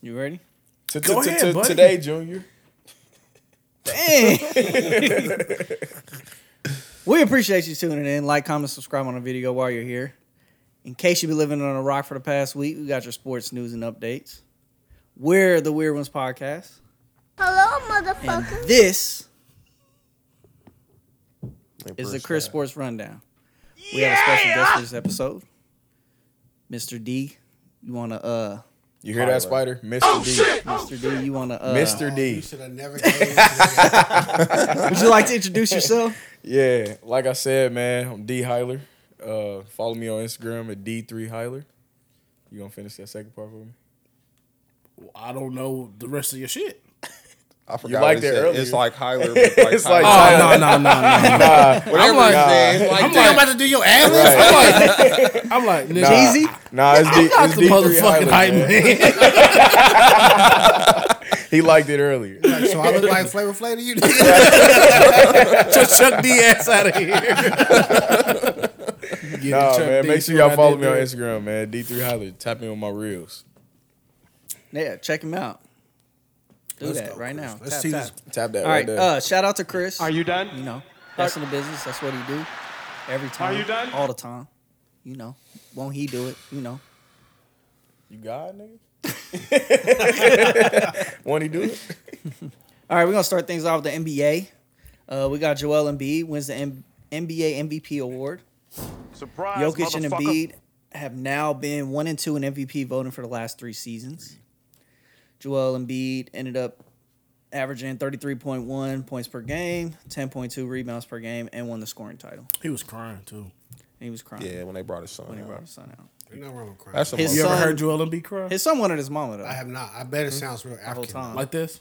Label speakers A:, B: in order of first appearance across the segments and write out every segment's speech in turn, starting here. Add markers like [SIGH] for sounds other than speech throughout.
A: You ready?
B: T-
C: Go
B: t-
C: ahead,
B: t-
C: buddy.
B: Today, Junior.
A: We appreciate you tuning in. Like, comment, subscribe on the video while you're here. In case you've been living on a rock for the past week, we got your sports news and updates. We're the Weird Ones Podcast.
D: Hello,
A: And
D: motherfucker.
A: this is
C: Bruce
A: the Chris
C: Scott.
A: Sports Rundown. We have a special guest for this episode. Mr. D, you wanna uh
B: You hear that, Spider?
C: Oh,
B: Mr. D.
A: Mr. D, you wanna uh
B: Mr. D.
E: You should have never gave it to me.
A: Would you like to introduce yourself?
B: Yeah, like I said, man, I'm D Heiler. Uh, follow me on Instagram at D3 Heiler. You gonna finish that second part for
F: [LAUGHS]
B: me?
C: I don't know the rest of your shit.
F: I forgot.
B: liked
F: what he
B: it
F: said.
B: earlier.
F: It's like Hyler. but [LAUGHS] Like
B: It's
E: Oh,
B: like-
C: no,
F: Hyler.
C: no, no, no.
F: whatever
C: like-
F: his name, like
C: I'm
F: that.
C: like, about to do your ass. I'm like, nigga,
A: Jeezy?
B: Nah,
C: [LAUGHS]
B: it's, D, it's
C: the
B: D3
C: motherfucking
B: Heiler.
C: hype
B: man.
C: man.
B: He liked it
C: [LAUGHS]
B: earlier.
E: Like, so I look like Flavor Flav to you.
C: Just Chuck D ass out of here. Get
B: Nah,
C: Chuck
B: man,
C: D,
B: make
C: see
B: sure y'all
C: what I
B: follow
C: did
B: me on
C: there?
B: Instagram, man. D3 Heiler. Tap in with my reels.
A: Yeah, check him out. Do that
E: go,
A: right
E: Chris.
A: now.
E: Let's
A: Tap,
E: see
A: tap.
E: this.
B: Tap that
A: All
B: right
A: right,
B: there.
A: uh, shout out to Chris.
G: Are you done?
A: You know, that's in the business. That's what he do. Every time.
G: you done?
A: All the time. You know, won't he do it? You know.
B: you God, nigga? [LAUGHS]
C: [LAUGHS]
B: Want he do it?
A: All right, we're gonna start things off with the NBA. Uh, we got Joel Embiid wins the M- NBA MVP award.
G: Surprise,
A: Jokic and
G: motherfucker.
A: Embiid have now been one and two in MVP voting for the last three seasons. Joel Embiid ended up averaging 33.1 points per game, 10.2 rebounds per game, and won the scoring title.
C: He was crying too.
A: And he was crying
F: Yeah, when they brought his son.
A: when he
F: out.
A: brought his son out.
E: Ain't nothing wrong with crying.
F: That's a
A: His
F: motherfucker.
C: You ever
A: son-
C: heard Joel Embiid cry?
A: His son wanted his mama though.
E: I have not. I bet it sounds real
A: whole
E: African.
A: time.
C: Like this?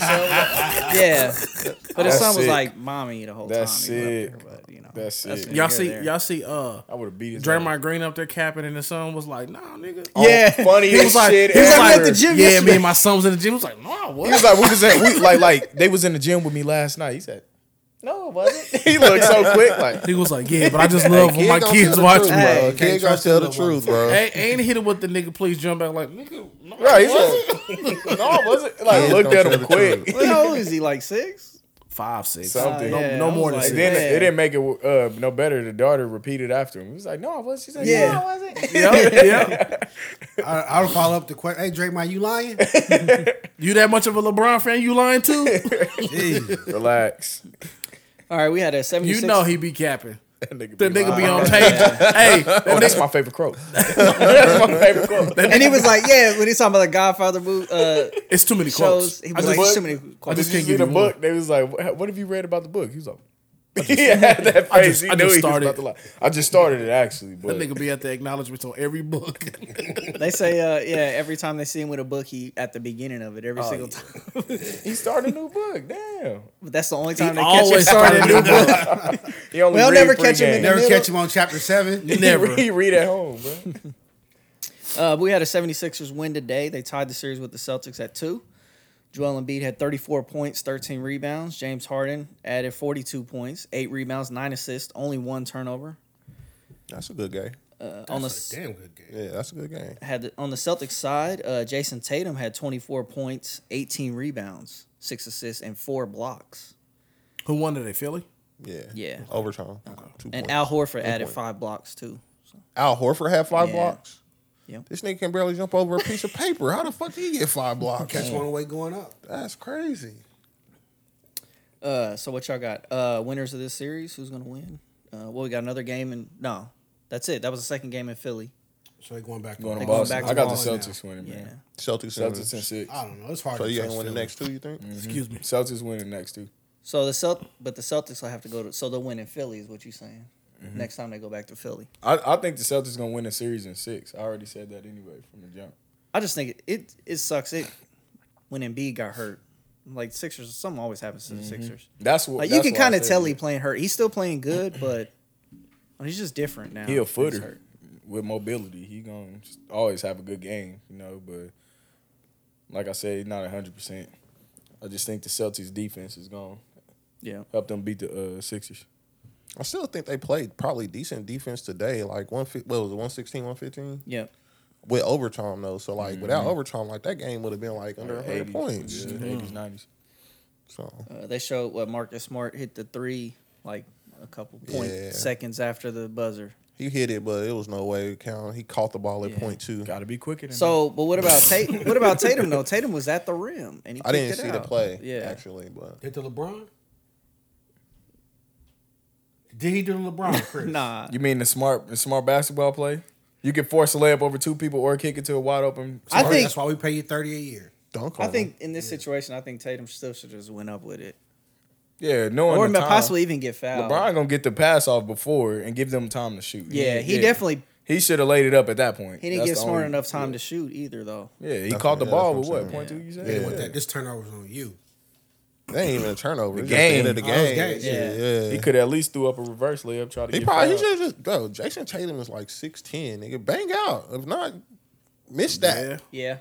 A: yeah, but his
B: That's
A: son was
B: sick.
A: like mommy the whole
B: That's
A: time. he was up
B: sick.
A: there, but, you know,
B: That's sick.
A: neither
C: Y'all
A: here
C: see,
A: nor there.
C: y'all see, uh,
B: I would have beat his
C: Draymond Green up there capping, and his son was like, "Nah, nigga."
B: Oh,
A: Yeah. [LAUGHS]
B: funny
C: He was like,
B: shit.
C: he was
B: ever.
C: like,
A: at the gym
C: yeah,
A: yesterday.
C: me and my son was in the gym. He was like, "No, I
B: He was
C: wasn't."
B: like, we was at, we, like, like they was in the gym with me last night. He said, no, it wasn't. [LAUGHS] he looked so quick, like
C: He was like, "Yeah, but I [LAUGHS] just love when my
F: gonna
C: kids
F: tell the
C: watch me."
F: truth,
A: Hey,
F: bro.
A: can't
F: Kid gonna
E: trust
F: tell the
E: the little
F: truth, bro.
C: Ain't, ain't hit him with the nigga. Please jump back, like nigga. No,
B: right. He
C: what?
B: said, no, it wasn't. Like
F: Kids
B: looked
F: don't
B: at
F: tell
B: him
F: the
B: quick. [LAUGHS]
A: Well, how old is he? Like six?
C: Five, six.
B: Something.
C: No,
A: Yeah,
C: no
A: I
C: more than
A: was like,
B: And
C: six.
B: then
A: Yeah.
B: it didn't make it uh, no better. The daughter repeated after him. He was like, no, I was. She said, yeah.
A: Yeah.
B: I wasn't.
C: [LAUGHS] yeah, yeah.
E: I, I'll follow up the question. Hey, Drake, you
F: [LAUGHS]
E: lying?
C: You that much of a LeBron fan? You lying [LAUGHS] too?
E: Jeez.
B: Relax. [LAUGHS]
A: All right, we had a seventy-six.
C: you know he be capping.
B: That nigga
C: That
B: be
C: nigga
B: lying.
C: be on [LAUGHS] page. hey, that
B: Oh, that's my favorite quote. [LAUGHS] that's my favorite quote.
A: and he was like, yeah, when he's talking about the Godfather movie uh,
C: it's too many
A: shows,
C: quotes.
A: he
C: I
A: was
C: just,
A: like, "There's
B: what?
A: too many
C: I
A: quotes.
C: just
B: Did you
C: can't
B: see
C: give
B: the
C: you
B: book?
C: one.
B: They was like, "What what have you read about the book?" He was like, [LAUGHS] "Yeah, that
C: I
B: phrase."
C: just-
B: He
C: I
B: knew
C: just
B: he was about
C: started-
B: to lie. I just started it actually, but
C: That nigga be at the acknowledgments on every book.
A: They say, uh, yeah, every time they see him with a book, he at the beginning of it every
B: Oh,
A: single time.
B: he started a
A: [LAUGHS]
B: new book. Damn,
A: But that's the only time they catch him
C: always
A: starting a new book.
B: he only
A: Well,
B: read
A: never
B: three
A: catch him in
B: games.
E: Never
A: Middle-
E: catch him on chapter seven.
C: Never.
B: [LAUGHS] He read at home,
A: [LAUGHS]
B: bro.
A: Uh, we had a 76ers win today. They tied the series with the Celtics at two. Joel Embiid had 34 points, 13 rebounds. James Harden added 42 points, eight rebounds, nine assists, only one turnover.
F: That's a good game.
A: Uh, on the s-
E: Damn good game.
F: Yeah, that's a good game.
A: had the, on the Celtics side, uh, Jason Tatum had 24 points, 18 rebounds, six assists, and four blocks.
C: Who won today? Philly.
A: Mm-hmm.
F: Yeah.
A: Yeah.
F: Overtime. Two
A: And
F: points.
A: Al Horford added
F: point.
A: five blocks too.
F: Al Horford had five
A: Yeah.
F: blocks.
A: Yep.
F: This nigga can barely jump over a piece of paper. How the fuck did he
A: [LAUGHS]
F: get five blocks?
E: Catch one away going up.
F: That's crazy.
A: Uh, so what y'all got? Uh, winners of this series? Who's gonna win? Uh, well, we got another game in. No, that's it. That was the second game in Philly.
E: So they going back.
B: Going to
A: They
B: Boston.
A: back to
B: I got
A: Boston
B: the Celtics winning,
A: Yeah.
B: man.
F: Celtics, in
B: Celtics in six.
E: I don't know. It's hard.
F: So
E: to
F: you ain't
E: trust
F: win the
E: Philly.
F: next two, you think?
C: Excuse me.
B: Celtics winning next too.
A: So the Celt, but the Celtics will have to go to. So they'll win in Philly, is what you're saying. Next time they go back to Philly,
B: I, I think the Celtics gonna win the series in six. I already said that anyway from the jump.
A: I just think it it, it sucks. It when Embiid got hurt, like Sixers, something always happens to the Sixers.
B: That's what
A: Like you
B: that's
A: can
B: why I
A: kind of
B: said
A: tell
B: that.
A: he playing hurt. He's still playing good, but well, he's just different now.
B: He a
A: He's
B: footer
A: hurt.
B: with mobility. He gonna just always have a good game, you know. But like I said, he's not hundred percent. I just think the Celtics defense is gonna
A: Yeah.
B: help them beat the uh, Sixers.
F: I still think they played probably decent defense today. Like one, fi- what was it, 116, 115?
A: Yeah.
F: with overtime though. So like without overtime, like that game would have been like under hundred
B: 80s,
F: points.
B: Yeah,
A: Mm-hmm.
B: 80s, 90s.
F: So
A: Uh, they showed what Marcus Smart hit the three like a couple point
F: Yeah.
A: seconds after the buzzer.
F: he hit it, but it was no way to count. He caught the ball at
A: Yeah.
F: point two.
B: Got to be quicker than
A: So, but what about Tatum? what about Tatum though? Tatum was at the rim and he
F: I didn't
A: kicked it
F: see the
A: out.
F: play
A: Yeah,
F: actually, but
E: Hit the LeBron? Did he do the LeBron, Chris?
A: nah.
B: that. You mean the smart the smart basketball play? You can force a layup over two people or kick it to a wide open.
A: I
E: Sorry,
A: think-
E: that's why we pay you 30 a year.
F: dunk.
A: I
F: on
A: think in this situation, I think Tatum still should just went up with it,
B: yeah, knowing
A: or
B: the time,
A: possibly uh, even get fouled.
B: LeBron gonna get the pass off before and give them time to shoot.
A: yeah, he definitely
B: he should have laid it up at that point.
A: he didn't
B: That's
A: get
B: the
A: smart
B: only-
A: enough time to shoot either though.
B: Yeah, he
F: That's
B: caught
F: what-
B: the
F: yeah,
B: ball with
F: that's what
B: what
F: I'm
B: point two?
F: saying.
B: You
F: Yeah.
B: said?
E: Hey, what that- This turnover's on you.
F: him. They ain't even a turnover. It's just
B: game.
F: the end of the
E: Oh, it's
F: game.
E: game.
F: Yeah, yeah.
B: He could at least threw up a reverse layup. Try to
F: He
B: get
F: probably he
B: fouled.
F: should just go. Jason Tatum is like six ten. Nigga, bang out. If not, miss that.
C: Yeah.
A: Yeah,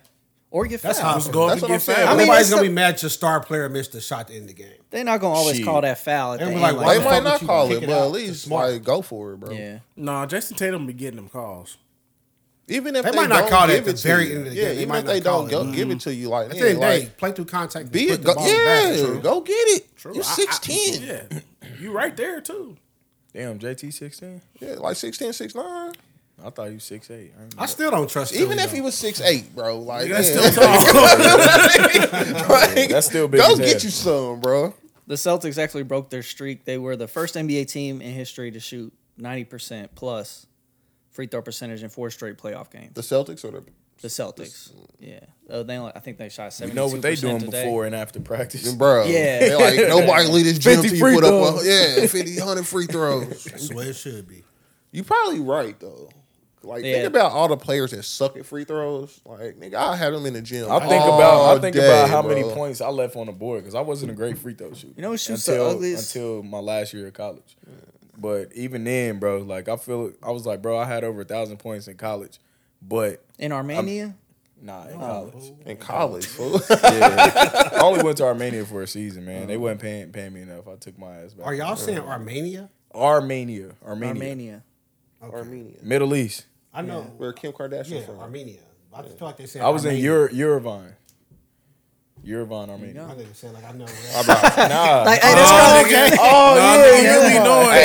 A: or get
E: That's how
A: fouled.
E: it's going
F: That's
E: to
F: what I'm
E: get
F: saying.
E: fouled.
F: I
A: mean,
E: Nobody's
A: it's
E: going to
A: the-
E: be mad your star player missed a shot to end the game.
A: They're not gonna always
B: Shit.
A: call that foul at the end.
E: Everyone like,
A: like
F: They
E: the
F: might
E: fuck
F: not
E: would you
F: call
E: kick
F: it,
E: it
F: but
E: out?
F: at
E: It's
F: least
E: smart.
F: like go for it, bro.
A: that. yeah.
C: Nah, Jason Tatum be getting them calls.
F: Even if
E: They
F: they,
E: might not
F: don't
E: call it
F: give
E: at the
F: to
E: very
F: you.
E: end of the
F: yeah,
E: game. They
F: even
E: might
F: if they
E: not call
F: don't
E: it. Mm.
F: go, give it to you, like,
E: At
F: yeah,
E: the end of the
F: like
E: day, play through contact.
F: be
E: put
F: it,
E: the
F: go,
E: ball in the basket.
F: yeah, go get it. You're
C: I- I-
F: six ten,
C: Yeah. You right there too.
B: Damn, JT sixteen.
F: yeah, like 6'10", 6'9".
B: I thought you six eight.
E: I still don't trust Philly,
F: Even if he
E: though.
F: was six eight, bro, like [LAUGHS]
C: That's
F: yeah.
C: still tall.
F: Like,
B: That's still big
F: Go
B: as hell.
F: get you some, bro.
A: The Celtics actually broke their streak. They were the first NBA team in history to shoot 90% plus free throw percentage in four straight playoff games.
F: The Celtics or the
A: The Celtics. Yeah. Oh, they only- I think they shot 72%
B: You know what they doing
A: today.
B: before and after practice.
F: bro.
A: Yeah.
F: They
E: [LAUGHS]
F: like nobody leave this gym
B: 50
F: till you
B: free
F: put up
B: throws.
F: a, yeah, 50, 100 free throws.
E: That's the way it should be.
F: You probably right though. Like
A: Yeah.
F: think about all the players that suck at free throws. Like nigga, I had them in the gym.
B: I think
F: all
B: about I think
F: day,
B: about how many
F: bro.
B: points I left on the board because I wasn't a great free throw shooter.
A: You know who shoots the
B: until,
A: ugliest?
B: until my last year of college. But even then, bro, like I feel I was like, bro, I had over a thousand points in college, but
A: In Armenia?
B: nah, in college.
F: in college. Fool.
B: Yeah. I only went to Armenia for a season, man. They wasn't paying paying me enough. I took my ass back.
E: Are y'all saying Armenia?
B: Armenia, Armenia,
A: Armenia.
E: Okay.
F: Armenia,
B: Middle East?
E: I know.
F: where Kim Kardashian
E: Yeah,
F: from.
E: Armenia. I feel like they said
B: I was in
E: Armenia.
B: Eur- Eurivine. Eurivine, Armenia.
E: I think they said like
B: [LAUGHS]
E: I know.
B: Nah.
A: Like, hey, that's oh,
C: okay.
B: oh
C: yeah,
B: yeah,
C: you really know it.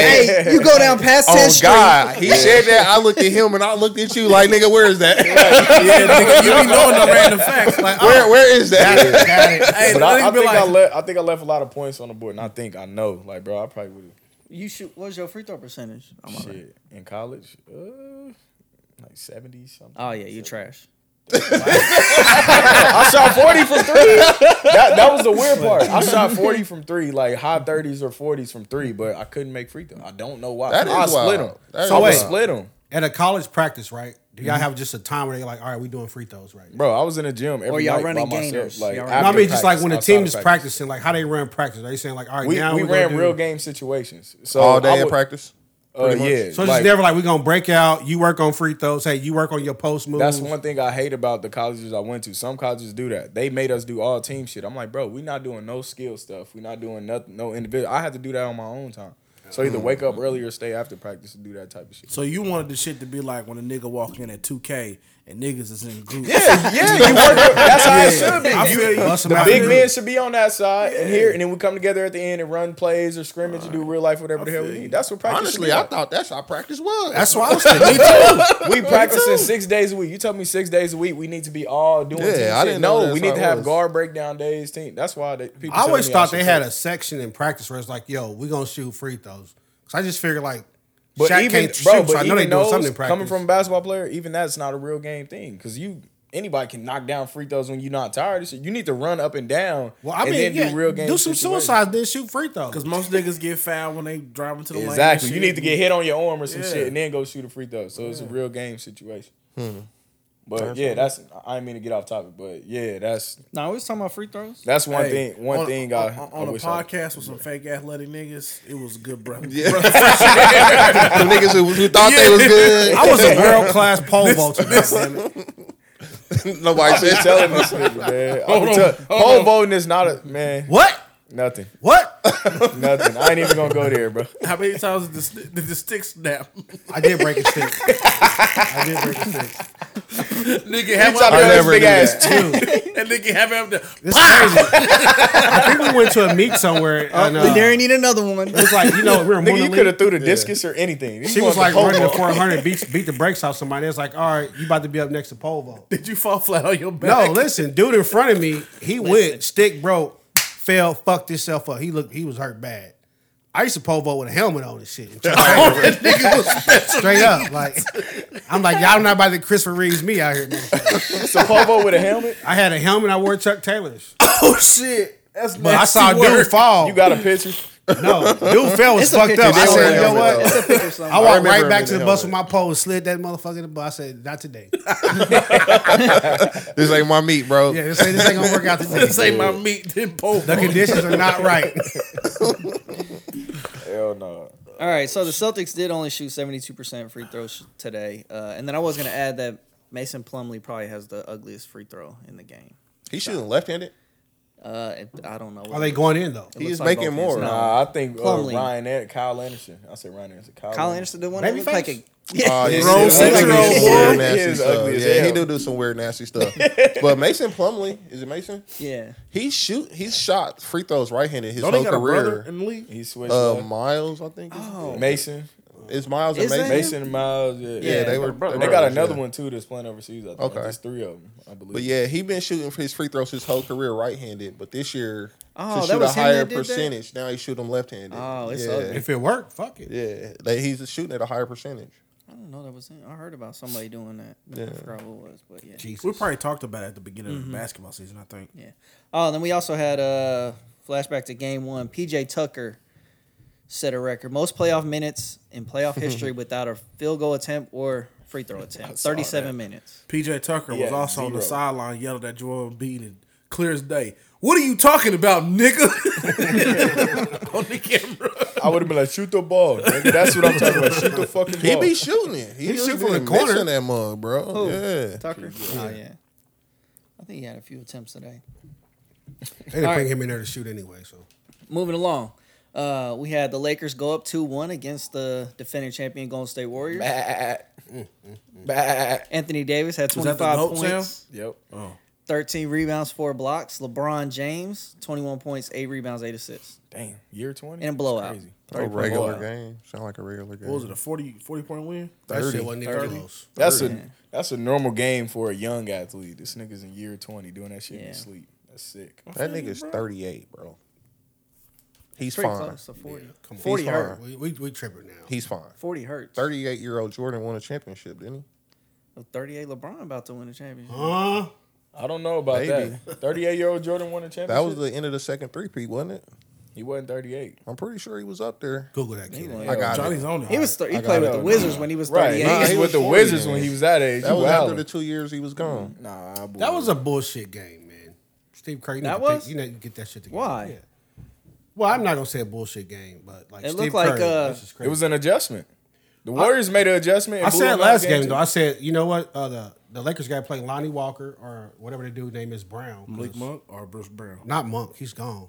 A: Hey, you go down past 10th
F: Oh
A: Street.
F: God, he said that. I looked at him and I looked at you like, nigga, where is that?
C: yeah, nigga, you be knowing
B: [LAUGHS]
C: the random facts. Like,
F: [LAUGHS] Where where is that?
C: hey,
B: But I, I
C: nigga be
B: think I
C: like,
B: left. I think I left a lot of points on the board. And I think I know. Like, bro, I probably would
A: You shoot, what was your free throw percentage? I'm
B: have
A: all right.
B: shit in college. Uh, like seventy something.
A: Oh, yeah, you trash.
B: I shot forty from three.
A: [LAUGHS]
B: That, that was the weird part. I shot forty from three, like high thirties or forties from three, but I couldn't make free throw. I don't know why.
F: That is
B: I split
F: wild.
B: them.
F: That is
B: I would
E: wild.
B: split them,
E: At a college practice, right? Do y'all have just a time where they're like, all right, we doing free throws right now?
B: Mm-hmm. bro. I was in the gym every
A: Or y'all
B: night
A: running
B: by
A: gainers.
B: myself. Like,
A: Y'all
E: No, I
B: after
E: mean, just like
B: practice,
E: when the
B: outside
E: team
B: of
E: is
B: practice.
E: practicing, like how they run practice. Are they saying like, all right,
B: We,
E: now
B: we
E: we're gonna
B: ran
E: do-
B: real game situations. So
F: [LAUGHS] All day
B: I
F: in
B: would-
F: practice.
B: Uh,
F: much.
B: yeah.
E: So it's
B: like-
E: just never like we're gonna break out. You work on free throws. Hey, you work on your post moves.
B: That's one thing I hate about the colleges I went to. Some colleges do that. They made us do all team shit. I'm like, bro, we not doing no skill stuff. we not doing nothing, no individual. I had to do that on my own time. So either wake up early or stay after practice and do that type of shit.
C: so you wanted the shit to be like when a nigga walk in at 2K and niggas is in groups.
B: Yeah, yeah, you work. That's how it should be.
C: I feel you.
E: Bust 'em
B: The [LAUGHS]
E: out.
B: big men should be on that side and here, and then we come together at the end and run plays or scrimmage and do real life whatever the hell we need. That's what practice. should
F: Honestly,
B: be
F: I
B: like.
F: thought that's how practice was.
E: That's
F: [LAUGHS]
E: what
B: [LAUGHS]
E: I was thinking. [LAUGHS]
B: we practicing six days a week. You tell me six days a week we need to be all doing.
F: Yeah,
B: team
F: I
B: shit.
F: didn't know
B: No,
F: that's
B: we need
F: how
B: to
F: it
B: have
F: was.
B: guard breakdown days. Team. That's why they, people.
E: I always
B: telling me
E: thought
B: should
E: they had
B: play.
E: a section in practice where it's like, yo, we gonna shoot free throws. Cause I just figured like,
B: But
E: Shaq
B: even
E: can't shoot,
B: bro, but
E: so I know
B: even
E: they doing
B: those,
E: something in practice.
B: Coming from a basketball player, even that's not a real game thing because you anybody can knock down free throws when you're not tired. So you need to run up and down.
E: well, I
B: and
E: mean,
B: then
E: yeah,
B: do
E: do,
B: real game.
E: some
B: situations.
E: suicides, then shoot free throws.
C: Because most niggas get fouled when they driving to the lane. and
B: Exactly. You
C: shit.
B: need to get hit on your arm or some
C: Yeah.
B: shit and then go shoot a free throw. So it's a real game situation.
F: Hmm.
B: But yeah, that's I didn't mean to get off topic, but yeah, that's
A: No, we was talking about free throws.
B: that's one
C: Hey,
B: thing. One
C: on-
B: thing
C: on,
B: I
C: on,
B: I
C: a
B: wish I-
C: podcast with some fake athletic niggas, it was good, bro.
F: the niggas who, who thought they was good.
E: I was a [LAUGHS] world
B: [LAUGHS]
E: class pole vaulter. damn it.
F: [LAUGHS] Nobody
B: I've been
F: said
B: telling this nigga,
C: [LAUGHS]
B: man. I've been
C: on,
B: tell-
C: hold
B: Pole
C: on.
B: voting is not a man.
E: What?
B: Nothing.
E: What?
B: Nothing. I ain't even gonna go there,
C: [LAUGHS]
B: bro.
C: How many
B: [LAUGHS]
C: times did the, sti- did the stick snap? [LAUGHS]
E: I did break a stick. I did break a stick.
C: nigga have
B: I
C: up there.
B: never
F: big
B: do
F: ass
B: that.
C: That nigga have him up there.
E: It's crazy. I think we went to a meet somewhere. And, uh,
A: There
E: it
A: ain't need another one.
E: was like, you know, we were more
B: Nigga, you
E: than
B: could have threw the discus or anything. You
E: She
B: want
E: was
B: the
E: like
B: pole
E: running
B: vault.
E: the 400, beat, beat the brakes off somebody. It's like, all right, you about to be up next to pole vault.
C: Did you fall flat on your back? [LAUGHS]
E: No, listen, dude in front of me, he went, stick broke, fell, fucked himself up. He looked, he was hurt bad. I used to pole vault with a helmet on and shit.
C: that nigga was special.
E: Straight up, like I'm like, y'all not about to Christopher Reeves me out here. motherfucker.
B: It's a pole vault with a helmet.
E: I had a helmet. I wore Chuck Taylors,
C: Oh shit, that's
E: but I saw dude fall.
B: You got a picture?
E: no, dude fell
A: It's
E: was
A: a
E: fucked
A: picture
E: up. I
A: somewhere.
E: said, you know
F: Helmet,
E: what?
A: It's a picture somewhere.
E: I walked
F: remember
E: right
F: him
E: back
F: in
E: to the
F: the
E: bus with my
F: helmet.
E: pole and slid that motherfucker in the bus. I said, not today.
F: this ain't my meat, bro.
E: Yeah, this ain't, this ain't gonna work out
C: [LAUGHS]
E: today.
C: [LAUGHS] This ain't my meat. Then pole.
E: The conditions are not right.
B: Hell no.
A: All right, so the Celtics did only shoot 72% free throws today. Uh, and then I was going to add that Mason Plumley probably has the ugliest free throw in the game.
F: He shooting left-handed.
A: Uh, it, I don't know. what-
E: Are they going in though?
A: it looks
F: He's
A: like
F: making
A: both hands.
F: more.
A: No.
B: Nah, I think uh,
A: Plumlee.
B: Ryan and Kyle Anderson. I said Ryan Anderson. Kyle,
A: Kyle Anderson, the one that
E: Babyface?
A: looked like a. [LAUGHS]
F: Oh, yeah,
C: Grown
F: he do some
C: six-year-old
F: weird
B: boy.
F: nasty
B: He is
F: stuff.
B: ugly as
F: Yeah, he
B: hell.
F: do do some weird nasty stuff. but Mason Plumley, is it Mason?
A: Yeah.
F: He shoot, he shot free throws right-handed his
C: Don't they
F: whole
C: got a brother
F: career.
C: in the league?
B: He switched
F: Uh,
B: up.
F: Miles, I think. Oh.
B: Mason.
F: It's Miles and
A: Is that
F: Mason.
A: him?
B: Mason and Miles. Yeah,
F: Yeah, they
B: They
F: were. were
B: got
F: brothers,
B: another
F: yeah.
B: one too that's playing overseas. I think.
F: Okay.
B: There's three of them, I believe.
F: But yeah, he been shooting his free throws his whole career right-handed, but this year
A: Oh, that
F: to shoot a
A: was him that
F: higher
A: did that?
F: percentage, now he shoot them left-handed.
A: Oh, it's
F: yeah.
A: ugly.
E: If it worked, fuck it.
F: Yeah, they, he's shooting at a higher percentage.
A: I don't know that was him. I heard about somebody doing that. I forgot what it was, but yeah.
C: Jesus.
E: Jesus.
C: We probably talked about it at the beginning
B: Mm-hmm.
C: of the basketball season. I think.
A: Yeah. Oh, and then we also had a flashback to game one. PJ Tucker set a record most playoff minutes in playoff history without a field goal attempt or free throw attempt.
B: saw
A: 37
B: that.
A: minutes.
C: PJ Tucker
B: Yeah,
C: was also on the
B: zero.
C: sideline yelled at Joel Embiid and clear as day. What are you talking about, nigga? [LAUGHS] on the camera.
B: I would have been like, shoot the ball. nigga. That's what I'm talking about. Shoot the fucking
F: He
B: ball.
F: be shooting it. He, just
E: shoot
F: been
E: from the corner.
F: missing that mug, bro. Yeah.
A: Tucker? Oh, yeah. I think he had a few attempts today.
E: They didn't bring him in there to shoot anyway. So
A: Moving along. Uh, we had the Lakers go up 2 1 against the defending champion Golden State Warriors.
B: Bad. Bad.
A: Anthony Davis had
C: Was that
A: 25
C: the GOAT,
A: points.
C: Sam?
B: Yep.
C: Oh,
A: 13 rebounds, four blocks. LeBron James, 21 points, eight rebounds, eight assists.
B: Damn. Year 20?
A: In a blowout.
B: That's crazy.
F: A
B: Thirty
F: regular
B: blowout.
F: game. Sound like a regular game.
C: What was it? A 40, 40 point win?
E: that shit wasn't even close.
B: That's a that's a normal game for a young athlete. This nigga's in year 20 doing that shit in
A: Yeah.
B: his sleep. That's sick.
F: That nigga's 38, bro. He's
A: Pretty
F: fine.
A: close to 40.
E: Come on.
A: 40
F: He's
A: hurt.
F: fine.
E: We, we, we tripping now.
F: He's fine.
A: 40 hurts.
F: 38 year old Jordan won a championship, didn't
A: Oh, 38 LeBron about to win the championship.
E: Huh?
B: I don't know about
F: Maybe.
B: that. 38 year old Jordan won a championship.
F: he? That was the end of the second three peat, wasn't it?
B: he wasn't 38.
F: I'm pretty sure he was up there.
E: Google that kid.
A: won.
F: I got
C: Johnny's
F: it.
C: Oh, on it.
A: He was th- he
F: I
A: played
F: got
A: with
F: it.
A: the Wizards when he was
B: Right.
A: 38.
B: He was
F: he was
B: with the
F: 40
B: Wizards
F: then.
B: when he was that age.
F: That
B: You
F: was after
B: wildin'.
F: the two years he was gone.
B: Nah, I
E: That was a bullshit game, man. Steve Kerr, you
A: That
E: need to pick-
A: was?
E: you need to get that shit together.
A: Why?
E: Yeah. Well, I'm not gonna say a bullshit game, but like
A: It
E: Steve
A: looked like,
E: Kerr,
A: uh,
E: this is
B: It
E: crazy.
B: was an adjustment. The Warriors made an adjustment. and
E: I
B: blew
E: said
B: them out
E: last
B: game
E: game
B: two.
E: though. I said you know what? Uh, the the Lakers got to play Lonnie Walker or whatever the dude name is Brown. 'cause-
C: Malik Monk or Bruce Brown?
E: Not Monk. He's gone.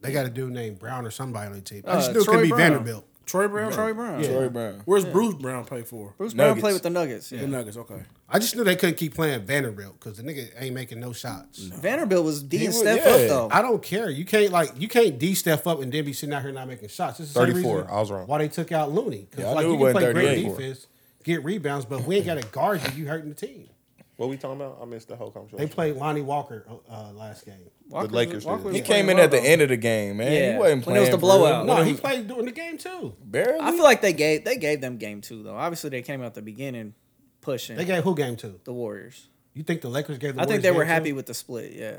E: They got a dude named Brown or somebody on the team. I
A: Uh,
E: just knew it
A: Troy
E: could be
A: Brown.
E: Vanderbilt.
C: Troy Brown?
A: Troy Brown.
B: Troy Brown.
C: Where's Bruce Brown play for?
A: Bruce Brown
B: Nuggets.
A: played with the Nuggets. Yeah.
C: The Nuggets, okay.
E: I just knew they couldn't keep playing Vanderbilt because the nigga ain't making no shots.
A: Vanderbilt was D and
B: was-
A: Steph
B: yeah.
A: up though.
E: I don't care. You can't like you can't D step up and then be sitting out here not making shots. This is the same
F: 34.
E: reason
F: I was wrong.
E: Why they took out Looney? Because
B: Yeah, I
E: like
B: knew
E: you
B: it
E: can
B: wasn't
E: play great
B: 38.
E: defense, get rebounds, but if we ain't got to guard you. You hurting the team.
F: What we talking about? I missed the whole
E: They
F: conversation.
E: played Lonnie Walker uh, last game.
A: Walker was-
F: Lakers
A: Walker
F: did.
A: was
B: He
A: playing
B: came in
A: well,
B: at the
A: though.
B: end of the game, man.
A: Yeah.
B: He wasn't
A: When
B: playing.
A: it was the
B: for
A: blowout.
B: real.
E: No,
A: What
E: he played during the game too.
B: Barely.
A: I feel like they gave they gave them game two though. Obviously they came out the beginning pushing
E: They gave who game two?
A: the Warriors.
E: You think the Lakers gave? The
A: I think
E: Warriors
A: they were
E: game two?
A: happy with the split. Yeah.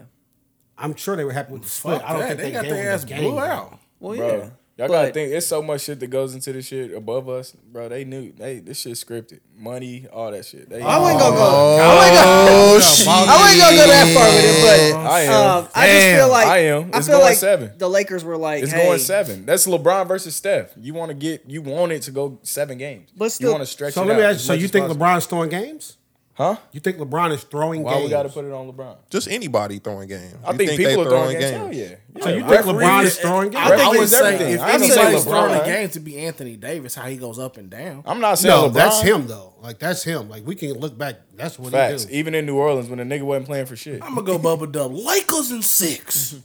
E: I'm sure they were happy with the split. I don't
C: Fuck
E: think
C: that.
E: they,
C: got
E: gave
C: their
E: them
C: ass
E: the game.
C: blew out.
A: Well,
B: bro.
A: yeah.
B: Y'all gotta
A: But-
B: think. It's so much shit that goes into this shit above us, bro. They knew. They this shit scripted, money, all that shit. They,
A: I wouldn't go go. I wouldn't
E: Oh,
A: go. I wouldn't go, go that far with it, but
B: I am.
A: um, I just feel like
B: I am.
A: I
B: It's
A: feel
B: going
A: like
B: seven.
A: the Lakers were like,
B: It's
A: hey,
B: going seven. That's LeBron versus Steph. You want to get. You want it to go seven games.
A: But
B: you
A: still-
B: want to stretch.
E: So
B: it
E: let me
B: out
E: ask you.
B: as
E: So
B: much
E: you
B: as
E: think
B: possible.
E: LeBron's throwing games?
B: Huh?
E: You think LeBron is throwing
B: Why
E: games?
B: we got to put it on LeBron?
F: Just anybody throwing games.
B: I
F: You
B: think,
F: they
B: people are throwing games. Hell yeah.
E: so
B: Yeah,
E: you think
B: referees-
E: LeBron is throwing games?
C: I think
B: Always
C: it's safe.
B: everything.
C: If
B: I ain't saying
C: anybody's
B: LeBron.
C: throwing the game to be Anthony Davis, how he goes up and down.
B: I'm not saying
E: no,
B: LeBron.
E: that's him though. Like that's him. Like we can look back. That's what
B: Facts.
E: he do.
B: Even in New Orleans, when a nigga wasn't playing for shit.
C: I'm gonna go Bubba Dub. Lakers in six.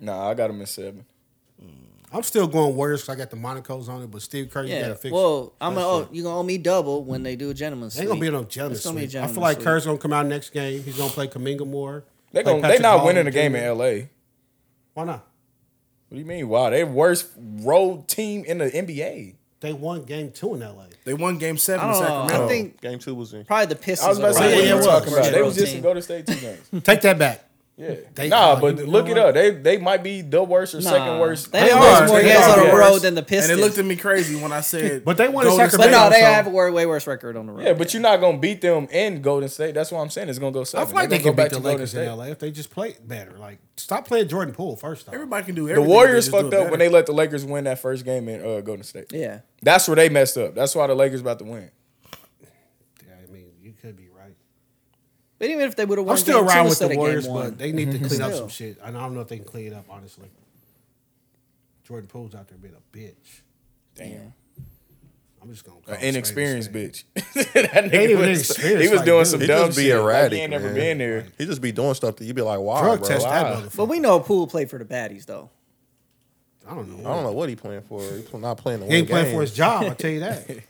B: Nah, I got him in seven.
E: I'm still going Warriors because I got the Monaco's on it, but Steve Kerr, you
A: Yeah.
E: gotta fix.
A: Well, I'm
E: that
A: gonna oh,
E: shit.
A: you gonna owe me double when they do a gentleman's.
E: Ain't gonna be
A: sweep.
E: no jealous.
A: It's gonna be a
E: sweep. I
A: gentleman's
E: feel like
A: sweep.
E: Kerr's gonna come out next game. He's gonna play Kaminga more.
B: They
E: play
B: gonna, they
E: Patrick
B: not
E: Mahomes
B: winning the game
E: Jr..
B: in L.A.
E: Why not?
B: What do you mean? Wow, they worst road team in the NBA.
E: They won game two in LA.
C: [LAUGHS] They won game seven
A: I
C: in
A: don't know.
C: Sacramento.
A: I think
F: Game two was in.
A: probably the Pistons.
B: I was
A: are
B: about to
A: probably
B: say what
E: yeah,
B: you
A: the
E: it
B: talking
A: worst
E: was.
B: about. They
A: road
B: was just
A: team.
B: in Golden State two
E: [LAUGHS]
B: games.
E: Take that back.
B: Yeah.
E: They-
B: nah,
E: oh,
B: but
E: you know
B: look it
E: what?
B: up. They they might be the worst or second
A: Nah.
B: worst.
A: They
E: are.
A: lost more
E: They
A: games
E: are.
A: on the
E: Yeah.
A: road than the
C: and
A: Pistons.
C: they looked at me crazy when I said,
E: But they won in
C: Golden
E: Sacramento.
A: but
C: State.
A: no, they
E: so-
A: have a way way worse record on the road.
B: Yeah, but you're not gonna beat them in Golden State. That's what I'm saying. It's gonna go
E: I
B: seven.
E: feel like
B: They're
E: they
B: gonna
E: can
B: go
E: beat
B: back
E: the
B: to Golden
E: Lakers
B: State.
E: in LA if they just play better. Like, stop playing Jordan Poole first off.
C: Everybody can do
B: The
C: everything.
B: Warriors fucked up when they let the Lakers win that first game in uh, Golden State.
A: Yeah.
B: That's where they messed up. That's why the Lakers about to win.
E: Yeah, I mean, you could be right.
A: But even if they would have won,
E: I'm still
A: game two
E: around with
A: instead
E: the
A: of game
E: Warriors,
A: one,
E: but they need to clean up
A: Still.
E: some shit. And I don't know if they can clean it up, honestly. Jordan Poole's out there being a bitch.
B: Damn.
E: I'm just gonna call
B: An
E: it
B: inexperienced
E: straight
B: bitch. [LAUGHS] that
E: Ain't
B: nigga
E: even
B: was, he
E: experienced,
B: was
E: like,
B: doing
E: dude.
B: some
F: He
B: dumb
F: just be
B: shit. Like,
F: erratic.
B: he ain't never
F: man.
B: been there.
F: He just be doing stuff that you be like, wow,
E: to straight. Drug
F: bro.
E: test that
B: wow.
E: motherfucker.
A: but we know Poole played for the baddies though.
E: I don't know.
F: I don't know what he playing for. He pl- not playing. To
E: He ain't
F: win
E: playing for his
F: games.
E: job. I tell
B: [LAUGHS]
E: you that. need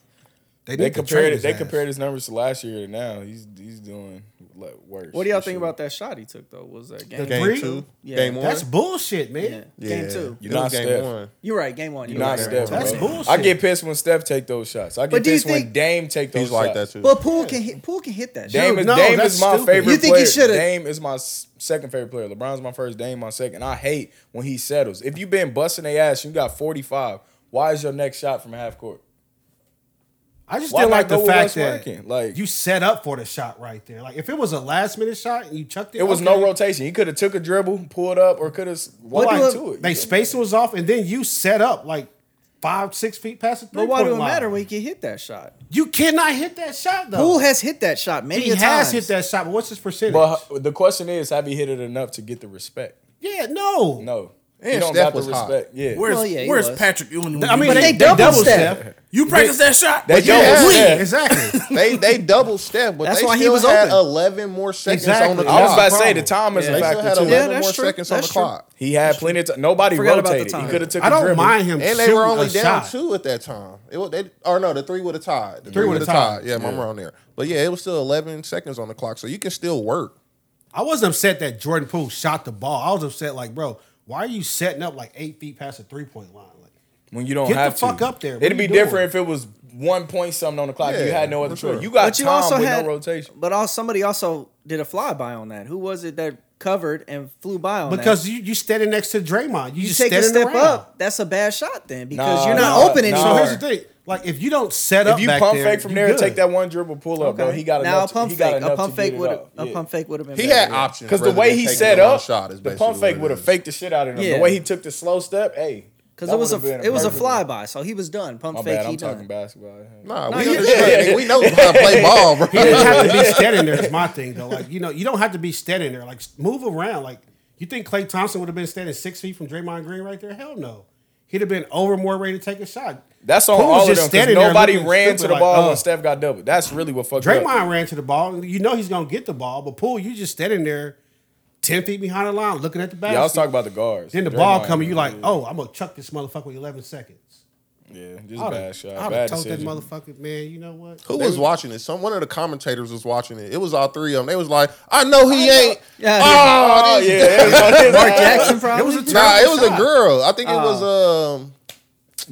B: They
E: to trade
B: compared it.
E: his
B: They
E: ass.
B: compared his numbers to last year and now. He's he's doing like, worse.
A: What do y'all
B: for
A: think
B: sure.
A: about that shot he took though? Was that game?
E: The-
F: Game
E: Three?
F: two,
A: Yeah.
F: game one.
E: That's bullshit, man.
A: yeah. Game two.
B: You
F: It was
B: not
F: game
B: Steph.
F: one.
A: You're right. Game one. You're
B: Not
A: right.
B: Steph.
E: That's
B: bro.
E: bullshit.
B: I get pissed when Steph take those shots. I get
A: But do you
B: pissed when
A: think-
B: Dame take those
F: He's like that
B: shots.
F: too.
A: But Poole can hit. Poole can hit that. shot.
B: Dame is
E: No,
B: Dame
E: that's
B: is my
E: stupid.
B: favorite.
A: You think he
B: player.
A: shoulda-
B: Dame is my s- second favorite player. LeBron's my first. Dame my second. I hate when he settles. If you've been busting their ass, you got forty five. Why is your next shot from half court?
E: I just
B: Why
E: didn't
B: not
E: like the
B: go with
E: fact
B: what's
E: that
B: working? Like-
E: you set up for the shot right there. Like if it was a last minute shot and you chucked it,
B: It was
E: okay.
B: no rotation. He could have took a dribble, pulled up, or could have
E: But
B: walked
E: like,
B: into it.
E: They spacing was off, and then you set up like five, six feet past the three
A: But why
E: point
A: do it
E: line.
A: matter when he can hit that shot?
E: you cannot hit that shot
B: Oh.
E: though.
A: Poole has hit that shot many
E: he
A: a times.
E: has hit that shot, but what's his percentage?
B: But the question is, have you hit it enough to get the respect?
E: yeah, no.
B: No,
F: And
B: you don't
F: Steph
B: got the
F: was hot.
B: respect. Yeah,
C: Where's,
A: Well, yeah, he
C: where's
A: was.
C: Patrick Ewing? when
E: I
C: you
E: mean,
A: But
E: they,
C: beat
A: they double
C: him?
E: double
A: step.
E: step.
C: you practice that shot.
B: they
C: But you
B: don't.
C: don't
B: Yeah. [LAUGHS]
C: lead.
E: Exactly.
F: they they double step, but
A: That's
F: they
A: why he
F: still
A: was
F: had
A: open.
F: eleven more seconds on the
E: Exactly.
F: clock.
B: I was about to say
E: problem.
B: the time is
A: Yeah.
B: a
F: they still
B: factor
F: had
B: too.
A: Yeah,
F: eleven
A: that's
F: more
A: true.
F: seconds on the
A: That's true.
F: clock,
B: He had plenty of time. Nobody
A: Forgot about the
B: rotated. He
A: time.
B: could have took.
E: I
B: a
E: don't
B: dribble.
E: mind him.
F: and they were
E: shooting
F: only
E: a
F: down
E: shot.
F: two at that time. It was they or no, the three would have tied. The
E: Three
F: would
E: would've
F: have
E: tied.
F: Yeah, I'm around there. But yeah, it was still eleven seconds on the clock, so you can still work.
E: I wasn't upset that Jordan Poole shot the ball. I was upset, like, bro, why are you setting up like eight feet past the three point line? Like,
B: when you don't
E: Get the
B: have to.
E: fuck up there. What
B: It'd
E: are
B: be
E: you doing?
B: different if it was one point something on the clock. you
F: Yeah,
B: had no other
F: for sure.
B: choice. You got
A: But you
B: time
A: also
B: with
A: had
B: no rotation.
A: But also, somebody also did a flyby on that. Who was it that covered and flew by on
E: because
A: that?
E: you you standing next to Draymond, you,
A: you
E: just
A: take a
E: standing
A: step
E: around.
A: up, that's a bad shot then because
B: Nah,
A: you're not
B: nah,
A: open
B: nah.
E: So
A: anymore.
E: here's the thing: like, if you don't set up,
B: If you
E: back
B: pump
E: there,
B: fake from
E: you
B: there and
E: good.
B: take that one dribble pull up, bro, he got
A: now a
B: enough. to-
A: pump
B: he got
A: fake.
B: enough
A: A pump
B: to
A: fake
B: get it
A: would
B: up.
A: a
B: Yeah.
A: pump fake would have been.
F: He
A: better.
F: had options
B: Because the
F: rather
B: way
F: than
B: he
F: taking
B: set
F: the one
B: up,
F: shot is
B: the
F: basically
B: pump fake
F: what it
B: would have
F: is.
B: faked the shit out of him.
A: Yeah.
B: The way he took the slow step, hey,
A: Because
B: that
A: it was
B: would've been
A: a it was a
B: perfect-
A: flyby, so he was done. Pump
B: My
A: fake,
B: bad,
A: he
B: I'm
A: done.
B: talking basketball.
F: Nah,
A: Nah,
F: we,
A: you-
F: understand. we know how to
E: [LAUGHS]
F: play ball, bro.
E: He didn't have to be standing there. Is my thing though. Like you know, you don't have to be standing there. Like move around. Like you think Clay Thompson would have been standing six feet from Draymond Green right there? Hell no. He'd have been over more ready to take a shot.
B: That's on
E: Poole was
B: all of
E: just
B: them. 'cause
E: standing there
B: Nobody
E: looking
B: ran to
E: stupid
B: the
E: like,
B: ball
E: oh.
B: when Steph got doubled. That's really what fucked up.
E: Draymond ran to the ball. and You know he's gonna get the ball, but Poole, you just standing there, ten feet behind the line, looking at the basket.
B: Yeah, I was talking about the guards.
E: then the ball
B: Draymond,
E: coming, you like, oh, I'm gonna chuck this motherfucker with eleven seconds.
B: yeah, just
E: I'd have-
B: bad shot,
E: I'd
B: bad
E: have told that
B: decision. [LAUGHS]
E: motherfucker, man, you know what?
F: Who was watching it? Some one of the commentators was watching it. It was all three of them. They was like, "I know he ain't."
A: Yeah,
F: oh,
B: Oh
F: this-
B: yeah,
A: Mark Jackson
E: It
A: probably.
E: was a
F: Nah,
E: terrible
F: it was a
E: shot.
F: girl. I think it was um.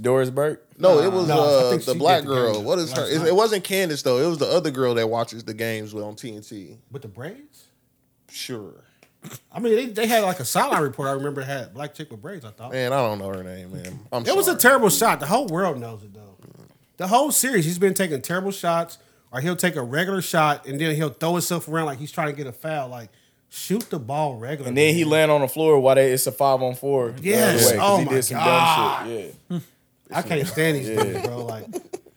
B: Doris Burke.
F: No, it was
E: No, Uh, I
F: uh,
E: think she
F: the
E: did
F: black
E: the
F: girl.
E: game
F: What is her?
E: last
F: It,
E: night.
F: it wasn't Candace though. It was the other girl that watches the games on TNT.
E: With the braids?
F: Sure.
E: I mean, they, they had like a sideline report. I remember had a black chick with braids. I thought
F: Man, I don't know her name, man. I'm
E: it was a
F: sorry.
E: terrible shot. The whole world knows it though. The whole series, he's been taking terrible shots, or he'll take a regular shot and then he'll throw himself around like he's trying to get a foul. Like shoot the ball regular.
B: And then he
E: man.
B: land on the floor while they, it's a five on four. the other
E: Yes.
B: way, 'cause
E: Oh
B: he
E: my
B: did some
E: God.
B: dumb shit. Yeah.
E: I can't stand these things, bro. Like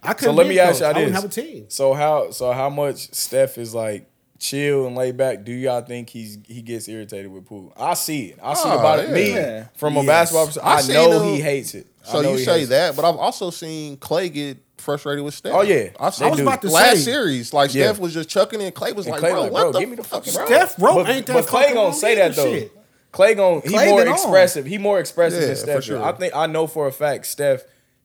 E: I
B: So
E: couldn't.
B: let
E: be
B: me
E: a
B: ask
E: coach.
B: y'all
E: I
B: this:
E: wouldn't have a team.
B: So how so how much Steph is like chill and laid back, do y'all think he's he gets irritated with Poole? I see it. I see
F: Oh,
B: it about it.
F: yeah.
B: Me
A: Yeah.
B: from a
C: Yes.
B: basketball perspective,
F: I
B: I,
F: seen
B: know
F: him-
B: he hates it. I
F: So
B: know
F: you
B: he
F: say
B: hates it.
F: that, but I've also seen Clay get frustrated with Steph.
B: Oh, yeah.
F: I've
B: They
F: seen
B: do.
E: about to
F: last
E: say-
F: series. Like
B: Yeah.
F: Steph was just chucking in. Clay was
B: And
F: like,
B: Clay
F: bro,
B: like,
F: what
B: bro,
F: the
B: give me the fucking rock.
E: Steph, bro,
B: but,
E: ain't that
B: but Clay
E: fucking
B: gonna
E: wrong
B: say that
E: either
B: though.
E: shit.
B: Clay gonna he
A: Clay
B: more
A: been on.
B: expressive. He more expressive
F: Yeah,
B: than
F: for
B: Steph. is.
F: sure.
B: I think I know for a fact Steph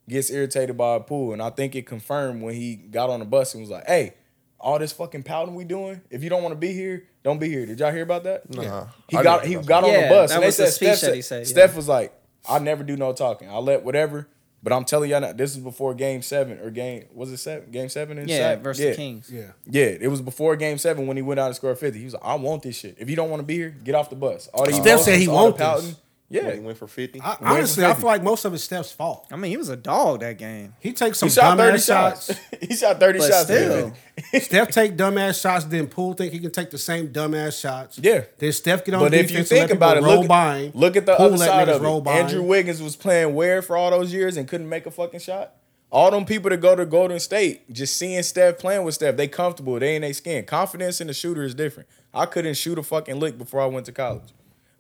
B: gets irritated by a pool, and I think it confirmed when he got on the bus and was like, "Hey, all this fucking pouting we doing. If you don't want to be here, don't be here." Did y'all hear about that?
F: Nah.
B: He
F: I
B: got
F: didn't
B: he
F: hear about
B: got
A: that.
B: on the
A: Yeah,
B: bus
A: that
B: and they
A: was the
B: said
A: speech
B: Steph
A: that he said, yeah.
B: Steph was like, "I never do no talking. I let whatever." But I'm telling y'all now, this is before game seven or game was it seven game seven in
A: Yeah,
B: Sac?
A: versus the Kings.
E: Yeah.
B: yeah, it was before game seven when he went out and scored 50. He was like, I want this shit. If you don't want to be here, get off the bus. All these
E: Steph
B: motions,
E: said he
B: all
E: want
B: the pouting.
E: this.
F: When
B: Yeah.
F: he went for fifty.
E: I, honestly, I feel like most of it's Steph's fault.
A: I mean, he was a dog that game.
E: He takes some
B: He shot
E: dumb
B: 30
E: ass
B: shots.
E: shots.
B: [LAUGHS] he shot 30
A: But
B: shots.
A: still.
E: Steph take dumbass shots, then Poole think he can take the same dumbass shots.
B: Yeah.
E: Then Steph get on
B: But
E: defense
B: if you
E: and
B: think
E: let
B: about it,
E: people roll
B: look,
E: by him.
B: look at the
E: Poole
B: other
E: let
B: side
E: niggas
B: of
E: roll
B: it.
E: by him.
B: Andrew Wiggins was playing where for all those years and couldn't make a fucking shot. All them people that go to Golden State, just seeing Steph playing with Steph, they comfortable. They in their skin. Confidence in the shooter is different. I couldn't shoot a fucking lick before I went to college.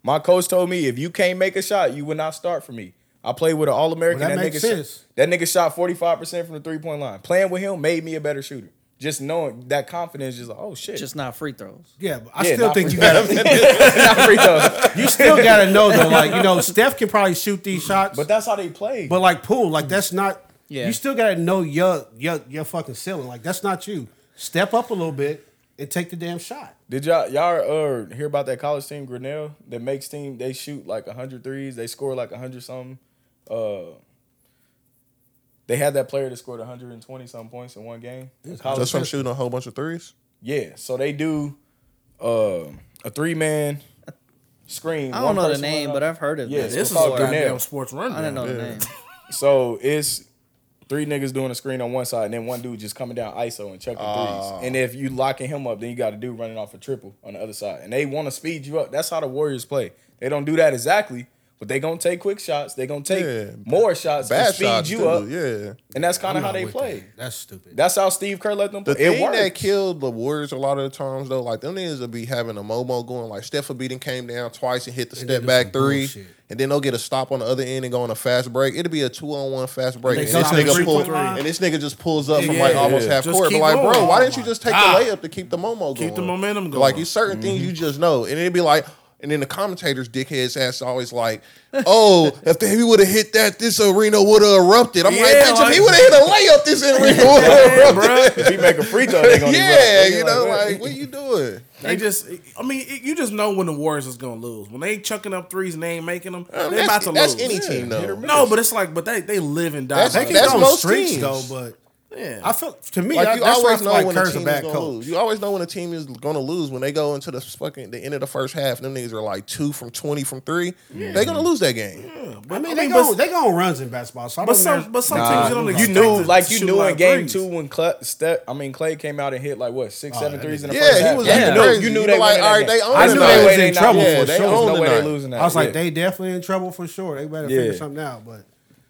B: My coach told me if you can't make a shot, you would not start for me. I played with an All American.
E: Well, that
B: that,
E: makes
B: nigga
E: sense.
B: Shot, that nigga shot forty five percent from the three point line. Playing with him made me a better shooter. Just knowing that confidence, just like oh shit, [LAUGHS]
A: Just not free throws.
E: Yeah, but I
B: Yeah,
E: still
B: not
E: think
B: free-
E: you gotta
B: not free throws.
E: you
B: [LAUGHS]
E: still gotta know though. Like, you know, Steph can probably shoot these shots.
B: But that's how they play.
E: But like pool, like that's not.
A: Yeah.
E: You still gotta know your your your fucking ceiling. Like that's not you. Step up a little bit and take the damn shot.
B: Did y'all y'all uh, hear about that college team Grinnell that makes team? They shoot like 100 threes. They score like 100 something. Uh, they had that player that scored 120 some points in one game. A college
F: Just from
B: kid.
F: shooting a whole bunch of threes.
B: Yeah, so they do uh, a three man screen.
A: I don't
B: One
A: know the
B: person
A: name,
B: running
A: but
B: up.
A: I've heard of
B: Yeah,
A: this.
C: This is a
B: Fuck,
C: goddamn
B: Darnell.
C: sports
A: I
C: rundown.
A: don't know the
F: Yeah.
A: name.
B: So it's three niggas doing a screen on one side, and then one dude just coming down ISO and chucking
F: Ah.
B: threes. And if you locking him up, then you got a dude running off a triple on the other side. And they want to speed you up. That's how the Warriors play. They don't do that exactly, but they gonna take quick shots. They gonna take
F: Yeah.
B: more shots to
F: Bad
B: speed
F: shots,
B: you
F: too.
B: up.
F: Yeah.
B: And that's kind
E: I'm
B: of how
E: not
B: they
E: with
B: play.
E: that. That's stupid.
B: That's how Steve Kerr let them play.
F: The thing
B: it works.
F: that killed the Warriors a lot of the times though, like them niggas will be having a Momo going like Steph beating came down twice and hit the
E: they
F: step
E: do
F: back
E: some
F: three,
E: bullshit.
F: and then they'll get a stop on the other end and go on a fast break. It'll be a two on one fast break,
E: They
F: and,
E: go
F: this
E: to the
F: nigga
E: three-point
F: pulls,
E: line.
F: and this nigga just pulls up from
C: Yeah,
F: like
C: yeah.
F: almost half
C: Just
F: court. But
C: keep
F: like, bro,
C: going.
F: why
C: Oh
F: didn't you
C: my
F: just take
B: Ah.
C: God.
F: the layup to keep the Momo going?
C: Keep the momentum
F: Like
C: going. Mm-hmm.
F: you certain things you just know, and it'd be like. And then the commentators, dickheads, ass always like, [LAUGHS] "Oh, if he would have hit that, this arena would have erupted." I'm like,
C: Yeah,
F: "Bitch, if
C: like-
F: he would have hit a
C: [LAUGHS]
F: layup, this arena would have erupted."
B: [LAUGHS] if he make a free throw, they
F: [LAUGHS]
B: gonna
F: yeah,
B: erupt.
F: you know,
B: what?
F: like, what you doing?
C: They just, I mean, it, you just know when the Warriors is gonna lose. When they ain't chucking up threes and they ain't making them,
F: Um,
C: they're about
F: [LAUGHS] that's
C: to
F: that's
C: lose.
F: any team
B: hit or
F: though.
B: miss.
C: No, but it's like, but they they live and die.
E: They
C: by
E: can
C: that.
F: that's
E: go on
F: most
E: streaks
F: teams.
E: though, but
C: Yeah.
E: I feel to me
F: Like
E: I,
F: you
E: that's why I
F: always
E: feel
F: know
E: like
F: when a
E: Kerr's a
F: team is
E: bad
F: gonna lose.
E: coach.
F: You always know when a team is gonna lose when they go into the fucking the end of the first half. Them niggas are like two from twenty from three. They're gonna lose that game.
C: But,
E: I mean, they
C: but-
E: go they go on runs in basketball. So I
C: But
E: don't
C: some,
E: know.
C: but some
B: Nah,
C: teams you don't
B: Uh, you
C: expect
B: knew,
C: to
B: like you
C: shoot a
B: knew
C: lot
B: in
C: of
B: game
C: threes.
B: two when Clay, Step, I mean Claay came out and hit like what
F: Oh,
B: six, seven
E: that
B: threes in the first
F: Yeah,
B: half.
F: he was
A: Yeah.
F: acting
A: You
F: crazy.
B: You
F: You
B: knew
F: were
B: they
F: like,
B: winning
F: all
B: that
F: right, they
B: game.
F: own
E: I knew
F: tonight.
E: they was
B: no way
E: in
B: not-
E: trouble
B: yeah,
E: for
B: they-
E: sure.
B: There's no way
F: Tonight.
B: they losing that.
E: I was like,
B: Yeah.
E: they definitely in trouble for sure. They better
B: Yeah.
E: figure something out. But,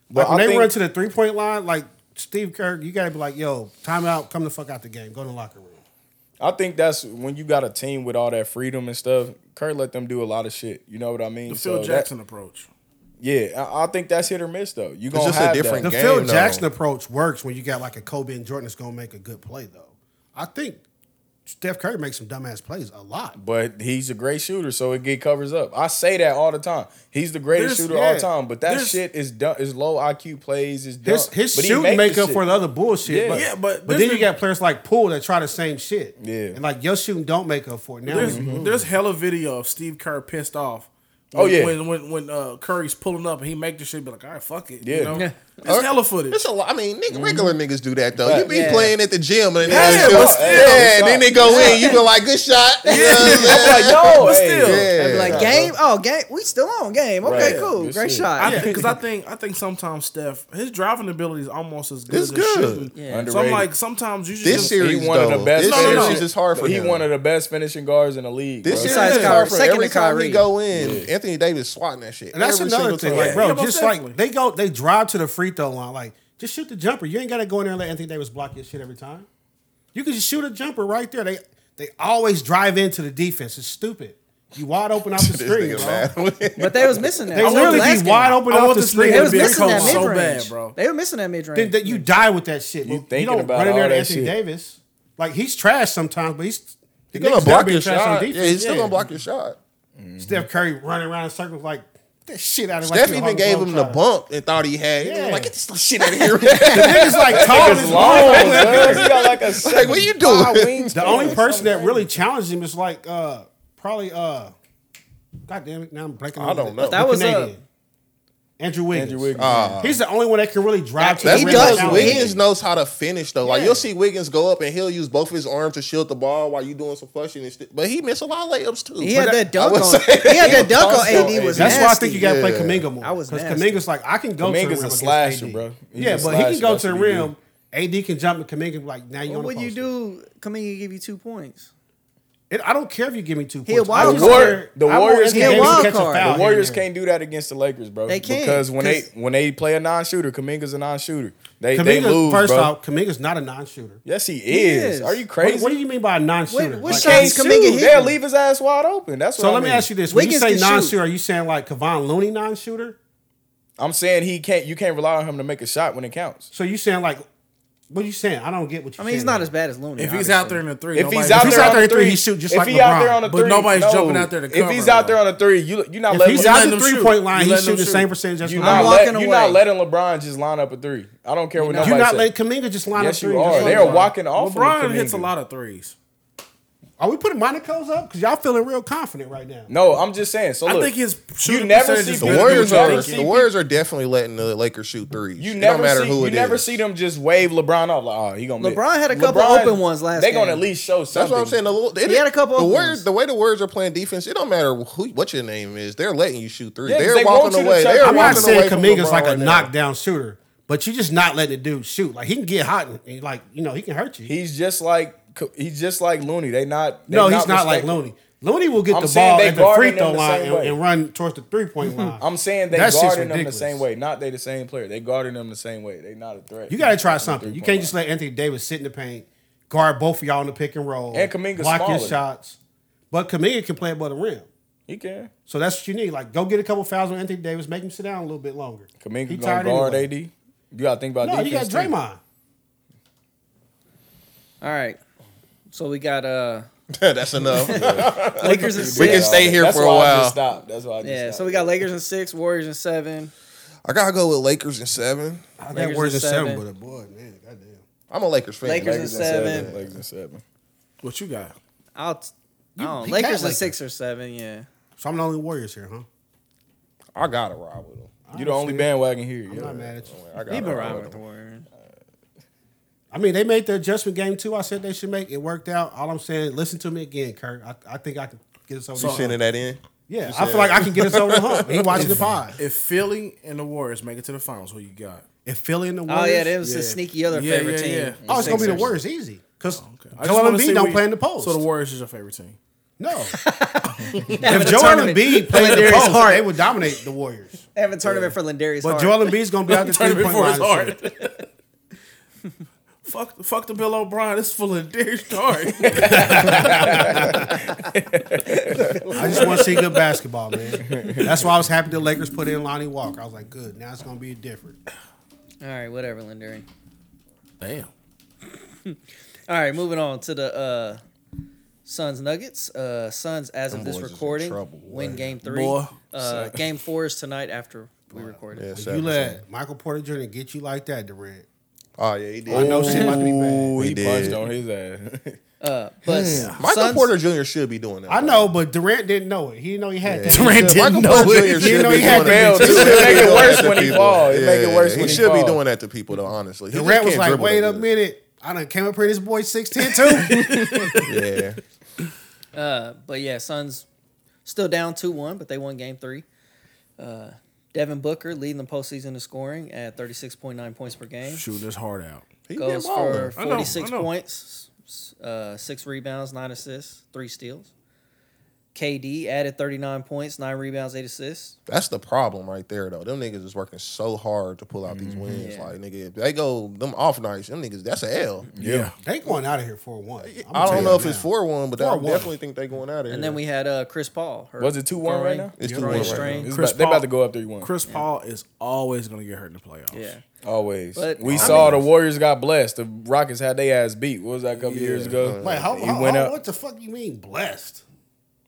B: But
E: like when
B: I
E: they
B: think-
E: run to the three point line, like Steve Kerr, you gotta be like, yo, timeout, come the fuck out the game, go to the locker room.
B: I think that's when you got a team with all that freedom and stuff. Kerr let them do a lot of shit. You know what I mean?
C: The Phil
B: So that-
C: Jackson approach.
B: yeah, I, I think that's hit or miss though. You gonna
F: just a
B: have
F: different
E: The
B: that.
F: game,
E: Phil
F: though.
E: Jackson approach works when you got like a Kobe and Jordan that's gonna make a good play though. I think Steph Curry makes some dumbass plays a lot.
B: But he's a great shooter, so it get covers up. I say that all the time. He's the greatest
E: There's-
B: shooter all
E: yeah.
B: time. But that
E: There's-
B: shit is dumb. Is low IQ plays. Is dumb.
E: His his
B: But he
E: shooting
B: make
E: make
B: the
E: up
B: shit.
E: for the other bullshit.
B: Yeah.
E: but,
C: Yeah, but
E: but
C: there's
E: then you
C: been-
E: got players like Poole that try the same shit.
B: Yeah.
E: and like your shooting don't make up for it now.
C: There's there's hella video of Steve Kerr pissed off.
B: Oh, yeah.
C: when when when uh, Curry's pulling up and he make the shit be like, all right, fuck it.
B: Yeah.
C: you know?
A: Yeah.
C: it's hella footage.
F: It's a lot. I mean, nigga, regular niggas do that though.
B: Right.
F: You be
A: Yeah.
F: playing at the gym and then
C: Mm-hmm. Yeah,
F: they
C: but
F: go,
C: still.
F: yeah, then they go in. You be like,
C: [LAUGHS]
F: good shot. You know what I'm saying?
B: I'm like, yo,
C: But
B: hey,
C: still,
F: Yeah.
A: I'd be like, game? Oh, game. We still on game. Okay,
B: Right.
A: cool.
B: Good
A: Great
B: shit.
A: shot.
C: I because I think I think sometimes Steph his driving ability is almost as good
F: It's
C: as
F: good.
C: his shooting.
A: Yeah.
C: So I'm
B: Underrated.
C: like sometimes you should
F: This
C: just,
F: series-
B: He one of
F: though.
B: the best.
F: This
C: No, no, no.
B: finishers.
F: is hard for
B: he
F: him.
B: one of the best finishing guards in the league.
F: This
B: bro.
F: year
A: Besides
F: is
A: Kyrie.
F: hard for
A: Second
F: every
A: to
F: time
A: Kyrie.
F: we go in. Anthony Davis swatting that shit.
E: And that's
F: every
E: another
F: single
E: thing.
F: time.
E: Like, bro,
C: Yeah, most
E: just like
C: definitely.
E: they go, they drive to the free throw line. Like, just shoot the jumper. You ain't gotta go in there and let Anthony Davis block your shit every time. You can just shoot a jumper right there. They They always drive into the defense. It's stupid. You wide
B: [LAUGHS]
E: open off the
F: This
E: screen,
F: nigga
E: bro.
F: mad.
A: But they was missing that.
E: They
A: That was
E: really
A: the last
E: be
A: game.
E: wide open
C: I
E: off
C: want
E: the
C: this
E: screen.
C: nigga
A: They
C: to
A: was
C: be a
A: missing that mid range.
C: coach so bad, bro.
A: They were missing that mid
E: Then
A: range.
E: that you die with that shit.
B: You
E: You,
B: thinking
E: don't
B: about
E: run in there
B: all
E: to
B: that shit.
E: Anthony Davis. Like he's trash sometimes, but he's
F: He's gonna
E: Nick's
F: block
E: never
F: your
E: been trash on
F: shot. Yeah, he's still
E: Yeah.
F: gonna block your shot.
E: Steph Curry running around in circles like get that shit out of
F: Steph
E: like
F: even gave him the
E: ball.
F: bump and thought he had. He was
E: Yeah.
F: like, get this little
A: [LAUGHS]
F: shit out of [LAUGHS] here.
E: The nigga's like tall as [LAUGHS]
B: Oh,
E: long.
B: man, he got like a [LAUGHS]
F: like, what you doing?
E: The only person that really challenged him is like uh probably uh God damn it, now I'm blanking on
F: I don't
E: the-
F: know.
E: the
A: That was, uh,
E: Canadian. Andrew Wiggins.
B: Andrew Wiggins.
E: He's the only one that can really drive to the
F: [LAUGHS] That's
E: rim
F: because
E: without
F: Wiggins
E: hitting.
F: knows how to finish though. Like
E: Yeah.
F: you'll see Wiggins go up and he'll use both his arms to shield the ball while you doing some flushing and shit. But he missed a lot of layups too.
A: He had
F: But
A: that
F: I
A: dunk
F: would
A: on.
F: say-
A: He had
F: [LAUGHS]
A: that dunk on
B: Also,
A: AD. Was
E: That's why I think
A: nasty.
E: you got to play
F: Yeah.
E: Kaminga more.
A: I was
E: because
A: nasty.
E: Kaminga's like I can go. to the
B: Kaminga's
E: rim
B: a
E: against
B: slasher,
E: AD.
B: bro. He's
E: yeah,
B: a
E: but he
B: slasher.
E: can go
B: That's
E: to the
B: what he
E: rim. AD can jump and Kaminga be like now you
A: What
E: on the
A: would you
E: post.
A: do? Kaminga give you two points.
E: It, I don't care if you give me two
A: He a
E: points. I
A: wild
E: don't
A: card.
E: care.
B: The
E: I want
B: Warriors
E: Anthony
B: can't-
E: Davis to
A: Wild
E: catch a
A: card.
E: foul
B: The
E: here and
B: Warriors
E: there.
B: can't do that against the Lakers, bro.
A: They can't,
B: because when they
A: 'cause-
B: when they play a non-shooter, Kaminga's a non-shooter. They they
E: Kaminga,
B: lose,
E: first
B: bro.
E: off, Kaminga's not a non-shooter.
B: yes, he is.
A: is.
B: Are you
E: What,
B: crazy?
E: what do you mean by a non-shooter?
A: Wait, what
E: Like,
A: shot-
B: can't
A: Shots Kaminga
B: shoot.
A: hit
B: They'll
A: him.
B: leave his ass wide open. That's
E: so
B: what I
E: let me
B: mean.
E: ask you this: When
A: Wiggins
E: you
A: can
E: say
A: shoot.
E: non-shooter, are you saying like Kevon Looney non-shooter?
B: I'm saying he can't. You can't rely on him to make a shot when it counts.
E: So you saying like what are you saying? I don't get what you.
A: I mean, he's not as bad as Looney.
C: If he's
A: obviously.
C: out there in the three,
B: If
C: nobody-
B: he's out
E: he's
B: there,
E: out
B: on
E: there
B: a
E: at three,
B: three,
E: he shoot just
B: if
E: like
B: he out there
E: LeBron.
B: on a
C: But
B: three,
C: nobody's
B: no.
C: jumping out there to
B: If
C: cover,
B: he's out
C: though.
B: there on a three, you you not
C: If
B: letting
E: He's
C: You
E: out
C: letting
E: the
C: him
E: three
C: shoot.
E: point line.
C: You
E: He's
C: letting him
E: shooting the
C: shoot.
E: same percentage. As
B: you
E: LeBron.
B: not
A: walking
B: let, you
A: away.
B: not letting LeBron just line up a three. I don't care what
E: You
B: nobody
E: not
B: say.
E: letting Kaminga just line
B: Yes,
E: up.
B: you are. They are walking off. of
C: LeBron hits a
B: Kuminga.
C: lot of threes.
E: Are we putting Monaco's up? Because y'all feeling real confident right now.
B: No, I'm just saying. So
C: I
B: look,
C: think his
B: you
C: shooting
B: never
C: percentage
B: see
C: is
F: the
C: Yeah,
F: Warriors
B: you never
F: are
B: see
F: the Warriors are definitely letting the Lakers shoot threes.
B: You
F: It
B: never
F: don't matter
B: see,
F: who
B: you
F: it
B: never
F: is.
B: see them just wave LeBron off like, oh, he gonna. miss.
A: LeBron had a couple open ones last
B: They gonna
A: game.
B: at least show something.
F: That's what I'm saying. The, little- it-
A: He had a couple
F: The
A: open
F: Warriors,
A: ones.
F: the way the Warriors are playing defense, it don't matter who, what your name is. They're letting you shoot threes.
B: Yeah, 'cause
F: they're
B: they want you
F: walking
B: to
F: away.
B: check-
F: They're
B: I'm
E: I'm
F: walking
E: not saying
F: away from
E: Kaminga's like
F: LeBron
E: a
F: now.
E: knockdown shooter, but you're just not letting the dude shoot. Like he can get hot and- and like you know he can hurt you.
B: He's just like he's just like Looney. They not. They
E: no, he's not like
B: respecting-
E: Looney. Looney will get
B: I'm
E: the
B: saying
E: ball
B: they
E: at the free
B: guarding
E: throw
B: him the
E: line
B: same
E: and,
B: way. Mm-hmm.
E: and run towards the three point line.
B: I'm saying they
E: That shit's
B: guarding them the
E: ridiculous.
B: same way. Not they the same player. They guarding them the same way. They not a threat.
E: you got to try
B: From the
E: something. You
B: three-point
E: can't just
B: line.
E: let Anthony Davis sit in the paint, guard both of y'all in the pick and roll,
B: And Kaminga's
E: block your
B: smaller.
E: shots. But Kaminga can play above the rim.
B: He can.
E: So that's what you need. Like, go get a couple fouls with Anthony Davis, make him sit down a little bit longer. He
B: Kaminga gonna
E: tired
B: guard
E: anyway.
B: AD. You gotta think about
E: No, you got
B: defense. too.
E: Draymond.
A: All right. So we got uh
F: [LAUGHS] That's enough.
A: Lakers and
F: We can
A: six.
F: stay here
B: That's
F: for a
B: why I
F: while.
B: just stopped. That's why I just
A: Yeah. So
B: stopped.
A: we got Lakers and six, Warriors and seven.
F: I gotta go with Lakers in seven.
E: I
A: Lakers
E: got words
A: is
E: at seven,
A: seven.
E: but a boy, man, goddamn.
F: I'm a Lakers fan.
A: Lakers
B: Lakers
A: in
B: in seven.
A: seven.
B: Lakers in seven.
C: What you got?
A: I'll. T- I don't know.
E: he got
A: Lakers and
E: Lakers.
A: six or seven. Yeah.
E: So I'm the only Warriors here, huh?
F: I gotta ride with them.
B: You the only bandwagon here.
E: I'm
B: yeah.
E: not mad at you.
F: I gotta
A: He been
F: ride
A: riding
F: with
A: with the
F: them.
A: Warriors.
E: I mean, they made the adjustment game too. I said they should make it worked out. All I'm saying, listen to me again, Kurt. I, I think I can get us over.
F: You
E: the
F: sending
E: hump.
F: that in?
E: Yeah, I feel like I can get us over the
C: [LAUGHS]
E: hump. He watching the pod.
C: If Philly and the Warriors make it to the finals, who you got?
E: If Philly and the
A: Oh
E: Warriors,
A: yeah, that was the
C: Yeah.
A: sneaky other
C: Yeah,
A: favorite
C: yeah,
A: team.
C: yeah.
E: oh, it's gonna be the
A: Sixers.
E: Warriors easy because
C: Oh, I just
E: Joel
C: wanna see
E: Embiid
C: where
E: don't
C: you-
E: play in the post.
C: So the Warriors is your favorite team.
A: [LAUGHS]
E: no,
A: Having
E: if
A: a
E: Joel
A: tournament-
E: Embiid played in the
A: Darius
E: post,
A: Hart.
E: they would dominate the Warriors.
A: They have a tournament for Lindarius.
E: But
A: Hart.
E: Joel Embiid's gonna
B: [LAUGHS]
E: be out the three
C: Tournament
E: point
C: for
E: line.
C: his
E: this year.
C: heart. Fuck, fuck the Bill O'Brien. It's full of Derek Hart.
E: I just want to see good basketball, man. That's why I was happy the Lakers put in Lonnie Walker. I was like, good. Now it's gonna be different.
A: All right, whatever, Lindarius.
C: [LAUGHS] Damn.
A: All right, moving on to the uh, Suns Nuggets. Uh, Suns, as of
F: Them
A: this
F: boys is in
A: recording,
F: trouble, boy.
A: win Game Three.
C: Boy.
A: Uh, game Four is tonight after we recorded.
F: Yeah,
E: You
F: seven, seven.
E: let Michael Porter Jr. get you like that, Durant.
F: Oh yeah, he did.
E: I know shit might be bad.
B: Ooh,
F: He
B: he, punched
F: did.
B: on his ass. [LAUGHS]
A: Uh, But
F: Michael
A: Suns-
F: Porter Jr. should be doing that.
E: I know, but Durant didn't know it. He didn't know he had that.
C: Durant didn't
F: Michael
C: know
F: Porter
C: it.
F: Jr.
E: He
F: should
E: know
F: be
E: he
F: doing
E: had
B: to
F: that too.
B: do it. Make it
F: He
B: worse
F: should
B: when
F: be
B: he
F: doing
B: fall. It
F: that.
B: make it worse
F: Yeah,
B: when
F: He
B: he
F: should be
B: fall.
F: doing that to people, though. Honestly, He just
E: Durant was
F: can't
E: like,
F: dribble
E: wait
F: that
E: a
F: good.
E: minute. I done came up here this boy 6'10 too.
F: [LAUGHS] Yeah,
A: But yeah, Suns still down 2 1, but they won game three. Uh, Devin Booker leading the postseason in scoring at 36.9 points per game.
C: Shooting his heart out.
F: [LAUGHS] he
A: Goes
F: been balling.
A: for
C: I know,
A: 46
C: I know.
A: points, s- uh, six rebounds, nine assists, three steals. KD added 39 points, nine rebounds, eight assists.
F: That's the problem right there, though. Them niggas is working so hard to pull out these wins.
A: Yeah.
F: Like, nigga, if they go them off nights, them niggas, that's a L.
B: Yeah.
E: They going out of here for one.
F: I don't know if it's four one, but I
E: 4-1.
F: definitely think they going out of here.
A: And then we had uh, Chris Paul. hurt
B: Was it 2-1 right now?
F: it's
A: Yeah,
F: the
A: right,
F: one
A: strain.
F: right now.
B: It's
C: Chris
B: about- they about
C: Paul-
B: to go up 3-1.
C: Chris Paul is always going to get hurt in the playoffs.
A: Yeah.
B: Always.
A: But-
B: we
A: I
B: saw
A: mean-
B: the Warriors got blessed. The Rockets had their ass beat. What was that a couple years ago?
E: Wait, how,
B: He
E: how,
B: went
E: how-
B: up.
E: what the fuck you mean blessed?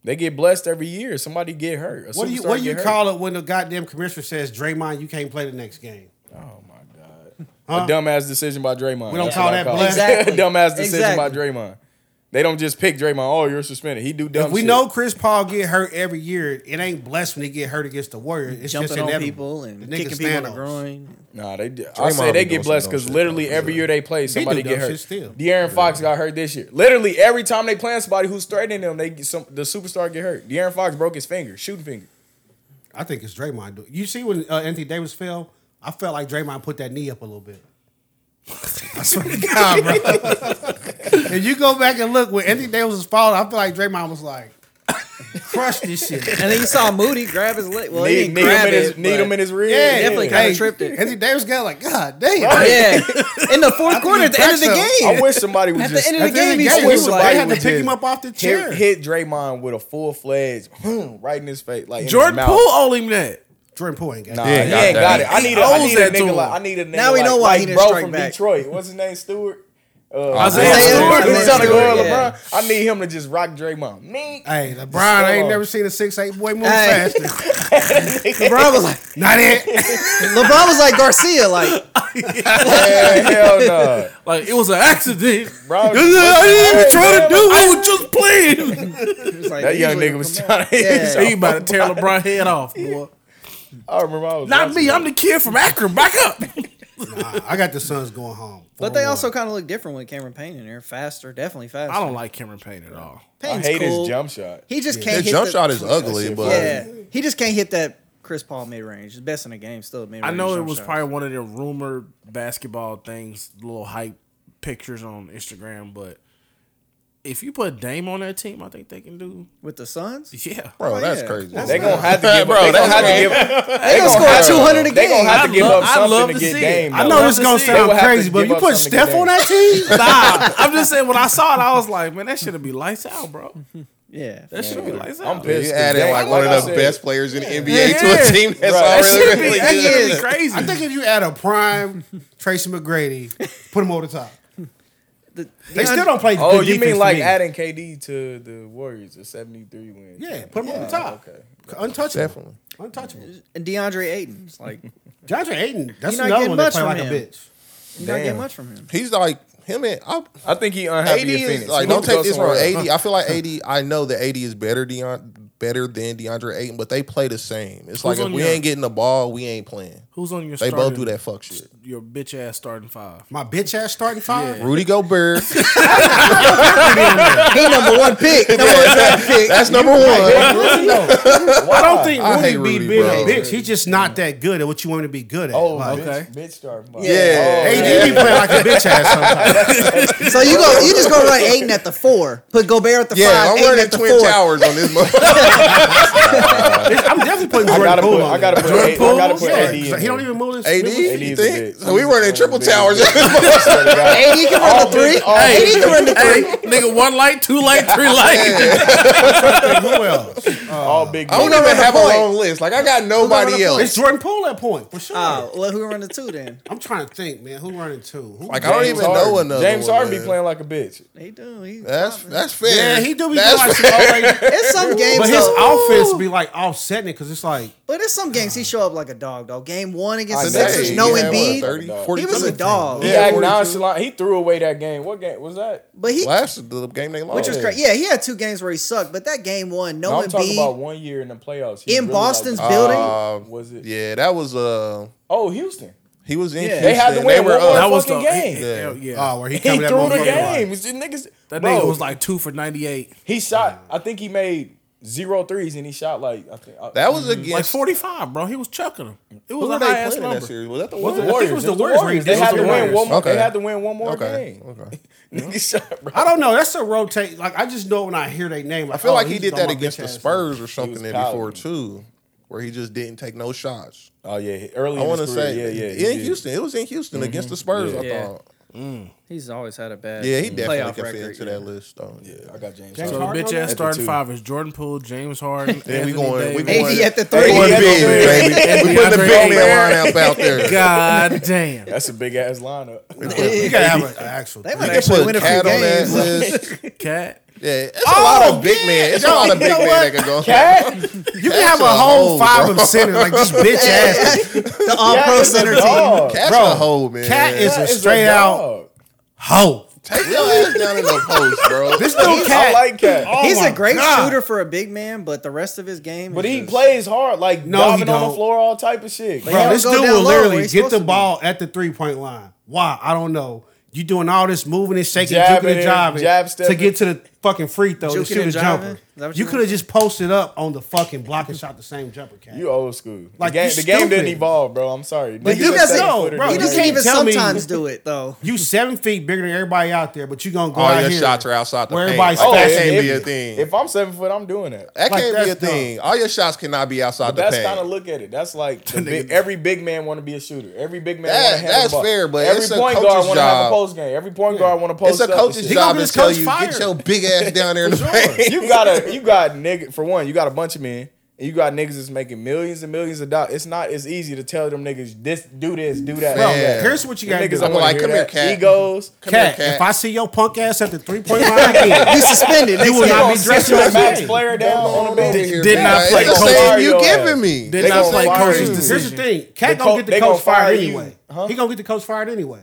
B: They get blessed every year. Somebody get hurt. A
E: What do you
B: superstar
E: what do you
B: get hurt.
E: call it when the goddamn commissioner says Draymond, you can't play the next game?
B: Oh my god. A dumbass decision by Draymond.
E: We don't
B: That's
E: call
B: what I
E: that
B: it.
E: blessed.
B: [LAUGHS]
A: Exactly.
B: dumbass decision by
A: Exactly.
B: Draymond. They don't just pick Draymond. Oh, you're suspended. He do dumb.
E: If we
B: shit.
E: know Chris Paul get hurt every year, it ain't blessed when he get hurt against the Warriors. It's
A: Jumping
E: just
A: on
E: inevitable.
A: people
E: The
A: and
E: nigga
A: kicking people in the
E: Thanos.
A: groin.
B: Nah, they. do- I say
F: Draymond
B: they get
F: be doing
B: blessed
F: some
B: because
F: dumb shit,
B: literally
F: though,
B: every
F: for
B: year they play, somebody
E: do
B: get
E: dumb
B: hurt.
E: shit still.
B: De'Aaron Fox got hurt this year. Literally every time they playing somebody who's threatening them, they get some the superstar get hurt. De'Aaron Fox broke his finger, shooting finger.
E: I think it's Draymond. do- You see when uh, Anthony Davis fell, I felt like Draymond put that knee up a little bit. I swear to God, bro. [LAUGHS] if you go back and look when Anthony Davis was falling, I feel like Draymond was like, crush
A: [LAUGHS]
E: this shit.
A: And then you saw Moody grab his leg. Well, he
B: need
A: didn't
B: need
A: grab
B: him in his
A: it,
B: need
A: but-
B: him in his rib.
E: Yeah,
A: definitely
E: yeah.
A: kinda
E: Hey,
A: tripped it.
E: Anthony Davis got like, God
A: [LAUGHS]
E: damn.
A: Yeah. In the fourth quarter, at the end of the
E: Jackson.
A: game.
B: I wish
A: [LAUGHS]
B: somebody was
A: At the
B: just
A: end of
E: At the end of the
A: He
E: game,
A: switched
E: he was-
A: somebody
E: they had to
B: with
E: pick
B: his-
E: him up off the chair.
B: hit, hit Draymond with a full fledged [LAUGHS] right in his face, like in his
C: Jordan
B: mouth.
C: Poole owed him that.
E: Jordan Poole ain't got
B: Nah,
E: it.
B: he
F: Yeah,
B: ain't
F: got
B: got
F: that.
B: it. I need a,
C: He
B: I
C: owes
B: need
C: that
B: a
C: to him.
B: nigga like I need a nigga
A: Now we
B: like,
A: know why
B: like
A: he didn't
B: bro
A: strike
B: from
A: back.
B: Detroit. What's his name? Stewart. Uh,
C: Isaiah
A: Stewart.
B: who's trying to go
A: Stewart,
B: at
A: yeah.
B: LeBron. I need him to just rock Draymond. Me,
E: Hey, LeBron, I ain't never seen a six eight boy move
A: Hey.
E: faster.
A: LeBron was like,
E: Not it.
A: LeBron was like Garcia, like
B: hell, hell no.
C: Like it was an [LAUGHS] accident.
B: Bro,
C: I didn't even try to do. it. I was just playing.
A: he was like
B: That
A: he
B: young
A: like,
B: nigga was
A: "Come
B: trying.
A: on." Yeah.
C: [LAUGHS] he about to tear LeBron head off, boy.
B: I remember I was
C: Not
B: watching
C: me.
B: that.
C: I'm the kid from Akron. Back up.
E: Nah, I got the Suns going home.
A: But they
E: 4-1.
A: also kind of look different with Cameron Payne in there. Faster, definitely faster.
C: I don't like Cameron Payne at all.
B: I
A: Payne's
B: hate
A: cool.
B: his jump shot.
A: He just can't
F: That
A: hit
F: jump
A: the-
F: shot is ugly,
B: shit
F: but
A: Yeah, he just can't hit that Chris Paul mid range. It's best in the game, still mid range.
C: I know it was probably one of their rumored basketball things, little hype pictures on Instagram, but if you put Dame on that team, I think they can do.
A: with the Suns.
C: Yeah.
F: bro, that's
A: yeah.
F: crazy.
B: They gonna have to give
F: Bro,
B: up. They gonna
F: that's
B: have to give up.
A: They gonna
B: have
A: score
B: to-
A: two hundred a
B: They gonna have
A: game.
B: to give
C: love-
B: up
C: I love
B: something to
C: to
B: get
C: see
B: Dame.
C: it.
E: I
C: I
B: though.
E: know
C: love
E: this
C: to
E: gonna
C: see it.
B: They would
E: sound
B: have to
E: crazy, but
B: give
E: if you
B: up
E: put
B: something to
E: Steph on
B: get
E: that [LAUGHS] team,
C: Nah, I'm just saying when I saw it, I was like, man, that should have be lights out, bro.
A: Yeah,
C: That should be lights out.
B: I'm
F: You
B: pissed. 'cause
F: added
B: Dame-
F: like one
B: I
F: of the
B: said,
F: best players in NBA to
C: Yeah.
F: a team that's
B: Bro, that
C: That
F: already
C: should be,
F: really
C: that
F: good.
C: should be
A: Yeah.
C: crazy.
E: I think if you add a prime Tracy McGrady, put him over the top.
A: The-
E: They
A: DeAndre-
E: still don't play.
B: Oh,
E: good
B: you
E: defense
B: mean
E: to
B: like
E: me.
B: adding KD to the Warriors, a 73 win?
E: Yeah, put him over the top.
B: Okay.
E: Untouchable.
F: Definitely.
E: Untouchable.
A: and DeAndre Ayton. It's like you're
E: DeAndre Ayton, that's
A: You're not
E: another
A: getting
E: one that
A: much
E: play
A: from
E: like
A: him.
E: a bitch.
A: not getting
B: Damn.
A: much from
B: [LAUGHS]
A: him.
F: He's like him and I,
B: I think he
F: AD
B: unhappy in
F: is
B: Phoenix.
F: like
B: He
F: don't
B: needs to
F: take
B: go
F: this wrong.
B: somewhere else.
F: AD, I feel like AD. I know that AD is better Deon, better than DeAndre Ayton, but they play the same. It's like if
C: on
F: we
C: your-
F: ain't getting the ball, we ain't playing.
C: Who's on your?
F: They both
C: starting-
F: do that fuck shit.
C: Your bitch ass starting five.
E: My bitch ass starting five.
A: [LAUGHS]
F: Rudy Gobert, [LAUGHS]
A: He number one pick. Number one pick.
F: that's number one.
E: Listen though, I don't think
F: I hate
E: Rudy, be
F: Rudy,
E: being
F: bro.
E: a bitch. He's just not that good at what you want him to be good at.
B: Oh,
E: Like,
B: okay. Bitch, bitch star. fuck.
F: Yeah.
E: AD be playing like a bitch ass sometimes.
A: So you go, you just gonna run Aiden at the four, put Gobert at the
F: Yeah,
A: five,
F: I'm
A: Ayton
F: wearing
A: at
F: the
A: the
F: twin
A: four.
F: towers on this. mother-
E: I'm definitely putting
B: I
E: Jordan
B: gotta
E: Poole
B: put.
E: on
B: I gotta
E: there.
B: put. I gotta
E: Poole?
B: put
E: Yeah,
B: AD. in
E: 'cause he
B: there.
E: don't even move his
F: AD,
E: his-
F: you
B: is a
F: think?
B: bitch.
F: So we running triple
B: He's a
F: towers. [LAUGHS]
B: Swear to God.
A: Aiden can run the three.
B: all
A: Aiden can run the
C: Hey,
A: three.
C: nigga, one light, two light, three light.
E: [LAUGHS] Who else?
B: All big.
F: I don't
B: men.
F: even have a
A: point?
F: long list. Like I got nobody
E: It's
F: else.
E: Jordan Poole at
F: [LAUGHS]
E: point for sure.
A: Oh, well, who run the two then?
E: I'm trying to think, man. Who running two? Who-
F: Like I don't
B: James
F: even
B: Harden.
F: know another.
B: James
F: one,
B: Harden be
F: man.
B: playing like a bitch.
A: They do. He
F: That's
A: popping.
F: that's fair.
E: yeah, he do be doing
F: That's
E: like some already,
A: It's some games,
E: but his
A: though,
E: offense be like offsetting it because it's like
A: but it's some games he show up like a dog. Though game one against
B: I
A: the
B: know.
A: Sixers,
B: Hey,
A: no
B: he had, what,
A: Embiid,
B: 30?
A: he was a dog.
B: He
F: Yeah,
B: act
F: 42.
B: nonchalant. He threw away that game. What game was that?
A: But he,
F: Last the game they lost.
A: which was great. Yeah, he had two games where he sucked, but that game one, no
B: No, I'm talking about
A: Embiid
B: one year in the playoffs. He
A: in
B: really
A: Boston's
B: like-
A: building.
F: Uh,
B: was it?
F: Yeah, that was uh
B: oh, Houston.
F: he was in
A: Yeah.
F: Houston.
A: They
B: had to win
F: They were
B: one more.
F: up.
C: That was the
B: Fucking game.
C: Yeah. yeah.
E: oh, where he,
B: He
E: coming
B: threw
E: that
B: the
E: motherfucker wide.
B: game. It's- the niggas,
C: That
B: bro,
C: nigga was like two for ninety eight.
B: he shot. I think he made zero threes, and he shot like I think I-
F: That was
C: Like
F: against
C: 45, bro. He was chucking them. It
F: who
C: was
F: were
C: a
F: they
C: high ass
F: playing in that
C: number.
F: series? Was that the
B: It was the
F: Warriors?
B: Warriors.
E: it was
B: It
E: the
B: was
E: Warriors.
B: They
E: It was
B: had
E: the
B: to win
E: Warriors.
B: one more.
F: Okay.
B: They had to win one more
F: Okay,
B: game.
F: okay.
B: Nigga shot, bro.
E: I don't know. That's a rotate. Like I just know when I hear their name.
F: I feel
E: oh,
F: like he
E: he's
F: did
E: on
F: that
E: my
F: against
E: bitch
F: the
E: ass.
F: Spurs or something
B: was
F: before
B: pouting.
F: too, where he just didn't take no shots.
B: Oh yeah, early.
F: I
B: want
F: want
B: to
F: to say
B: yeah, yeah, he
F: in
B: did.
F: Houston. It was in Houston against the Spurs. I
A: Yeah.
F: thought.
A: He's always had a bad
F: Yeah, he definitely
A: playoff
F: could fit
A: record.
F: into
A: yeah.
F: that list though. Yeah.
B: Yeah, I got James.
E: James
C: So
B: Harden.
C: the
E: Harden
C: bitch
E: at
C: ass
E: the
C: starting
B: two.
C: five is Jordan Poole, James Harden.
F: [LAUGHS] Then
C: Anthony
F: we going. We
C: Davis.
F: going.
A: AD at the
F: We
A: three.
F: going
B: AD
F: big,
B: at
F: baby. We putting the big man lineup out there.
C: God damn.
B: That's a big ass lineup.
E: [LAUGHS] You gotta have
B: [LAUGHS]
E: an actual.
A: They
E: thing.
A: might
F: You
A: actually
F: can
A: win
F: put
A: a few
F: Cat on that
A: games.
F: list.
C: Cat.
F: Yeah, it's a lot of big men. It's a lot of big men that
B: [LAUGHS]
F: can go.
E: You can have a
F: That's a
E: whole
F: hole,
E: five
F: bro.
E: of center like
B: [LAUGHS]
E: this bitch ass. The all
B: Cat
E: pro
B: is a
E: center team.
B: dog.
F: Cat's a hole, man.
E: Cat is
B: Cat
E: a
B: is a
E: straight out
B: dog.
E: hoe.
F: Take your ass down in the post, bro.
E: This dude
B: I
E: cat.
B: like Cat,
A: He's
E: Oh my
A: a great
E: God.
A: shooter for a big man, but the rest of his game.
B: but
A: is
B: he
A: just-
B: plays hard, like
E: No,
B: diving
E: he
B: on the
E: don't.
B: floor, all type of shit.
A: He
E: Bro,
A: don't
E: this
A: go
E: dude
A: down
E: will
A: low where
E: literally
A: he's
E: get
A: supposed
E: the
A: to be.
E: ball at the three point line. Why? I don't know. You doing all this moving and shaking,
B: Jabbing
E: juking and
B: it,
E: jiving
B: jab
E: to
B: stepping.
E: get to the fucking free throw to
A: Juking
E: shoot
A: and
E: a
A: jiving?
E: jumper.
A: Is that what
E: you
A: you
E: could have just posted up on the fucking block and shot the same jumper, cat.
B: You old school.
E: Like,
B: the game,
E: you
B: the game didn't
E: stupid.
B: evolve, bro. I'm sorry.
A: But
B: Niggas
A: he
B: are
A: doesn't.
B: seven
E: No,
B: footer
E: bro,
A: he
B: these
E: you
A: doesn't
E: can't
B: days.
A: even
E: tell me-
A: sometimes do it though.
E: You seven feet bigger than everybody out there, but you gonna go
F: All
E: out
F: your
E: here.
F: shots are outside the
E: Where
F: paint.
E: everybody's
B: Oh,
F: Like, that
E: fast.
F: can't
B: if,
F: be a thing.
B: If I'm seven foot, I'm doing that.
F: that
E: like,
F: can't be a
E: that's dumb.
F: thing. All your shots cannot be outside the
B: That's
F: paint.
B: kind of look at it. That's
F: [LAUGHS]
B: like the big, every big man want to be a shooter. Every big man
F: That-
B: want to handle
F: that's
B: the ball.
F: fair, but
B: every
F: it's a
B: point
F: coach's
B: guard want to have a
F: job.
B: post game. Every point guard want to post.
F: it's a
B: up and
F: coach's
B: shit.
F: job
E: gonna
F: to
E: get
F: tell
E: his
F: you
E: coach
F: get
E: fired.
F: your big [LAUGHS] ass down there in the paint. [LAUGHS]
B: you got a you got nigga for one. You got a bunch of men. And you got niggas that's making millions and millions of dollars. It's not as easy to tell them niggas this, do this, do that.
E: Bro,
F: Yeah.
E: here's what you
B: Them
E: gotta do.
B: niggas don't
F: I'm like,
B: like,
F: come
B: come
F: here, cat.
B: Here, Egos.
F: Come
E: Cat,
F: here, Cat.
E: if I see your punk ass at the three point line again,
A: You suspended.
E: you will
A: next
E: not
A: game.
E: be dressed
B: Sit
E: like
B: Max
E: that.
B: Flair down on the bench.
C: Did- did not
F: It's
C: play
F: the
C: coach.
F: same you
B: Mario.
F: giving me.
C: Did
F: They
C: not
F: gonna
C: play
F: fire
C: coach's
F: you.
C: decision.
E: Here's the thing, cat
B: They
E: gonna
B: gon-
E: get
B: they
E: the
B: gon'
E: coach fired
B: fire you.
E: anyway.
B: Huh?
E: He gonna get the coach fired anyway.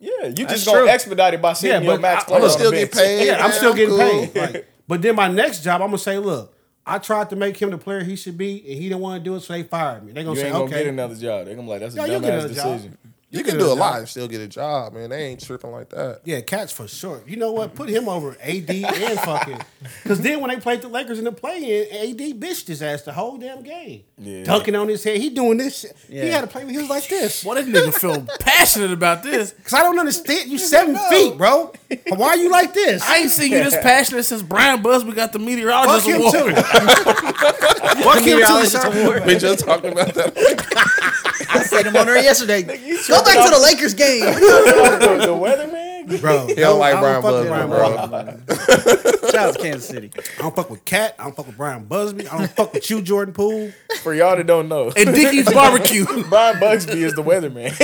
B: Yeah, you
E: That's
B: just gonna
E: true.
B: expedite it by sitting
E: Yeah,
B: your
E: but
B: Max
E: I-
B: Flair
E: I'ma
B: on
F: still
B: the
F: get
B: bench.
F: paid.
E: Yeah, I'm
F: man,
E: still getting
F: cool.
E: paid. Like, but then my next job, I'm gonna say, look, I tried to make him the player he should be, and he didn't want to do it, so they fired me. They're gonna
B: You
E: say,
B: ain't gonna
E: okay,
B: get another job. They gonna be like, that's a
E: Yeah, you'll get
B: dumbass
E: another job.
B: decision.
F: You can do a lot and still get a job, man. They ain't tripping like that.
E: yeah, cats for sure. You know what? Put him over AD and fucking. Because then when they played the Lakers in the play-in, AD bitched his ass the whole damn game,
B: Yeah.
E: dunking on his head. He doing this. Shit. He
A: Yeah.
E: had to play. He was like this.
C: Boy, that nigga feel passionate about this.
E: Because I don't understand. You seven feet, bro. Why are you like this?
C: I ain't seen you this passionate since Brian Busby got the
E: Fuck
C: meteorologist
E: him
C: award.
E: too. Fuck him too, sir.
F: We just talked about [LAUGHS] that.
A: I seen him on there yesterday. Go back to the Lakers game.
B: the, the weather man.
E: Bro,
F: He don't like
E: I
F: Brian
E: fuck with
F: Butler,
E: Brian
F: bro.
A: Shout out to Kansas City.
E: I don't fuck with Cat. I don't fuck with Brian Busby. I don't fuck with you, Jordan Poole.
B: For y'all that don't know,
C: And Dickie's barbecue.
B: Brian Bugsby is the weatherman.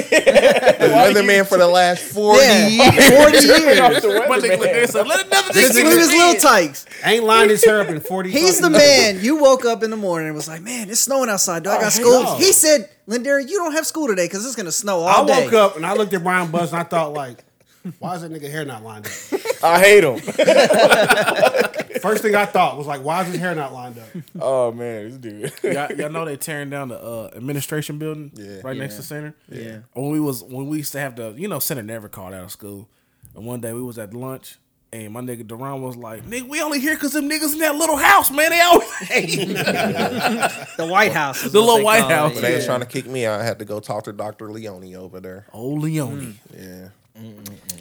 B: [LAUGHS]
F: Another man for the last forty
A: Yeah,
F: years.
A: forty years.
C: [LAUGHS]
B: the
C: But they- they
B: weatherman.
C: said, Let another
A: This
C: nigga
A: dude is
C: get
A: little
C: it.
A: tykes.
E: Ain't lined his hair up in 40
A: He's the
E: fucking
A: man. You woke up in the morning and was like, "Man, it's snowing outside. Do I got
E: hell
A: school?"
E: no.
A: He said, "Lindari, you don't have school today because it's gonna snow
E: I
A: all day."
E: woke up and I looked at Brian Buzz and I thought, like, why is that nigga hair not lined up?
B: I hate him. [LAUGHS]
E: First thing I thought was like, why is his hair not lined up?
B: Oh man, this dude. [LAUGHS]
C: Y'all, y'all know they tearing down the uh, administration building
F: Yeah.
C: right next to center.
A: Yeah.
C: When we was when we used to have the you know center never called out of school, and one day we was at lunch and my nigga Duran was like, "Nigga, we only here because them niggas in that little house, man. They always [LAUGHS]
A: The White House,
C: The little White House.
F: When
A: Yeah.
F: they was trying to kick me out, I had to go talk to Dr. Leone over there.
C: oh Leone."
F: Yeah.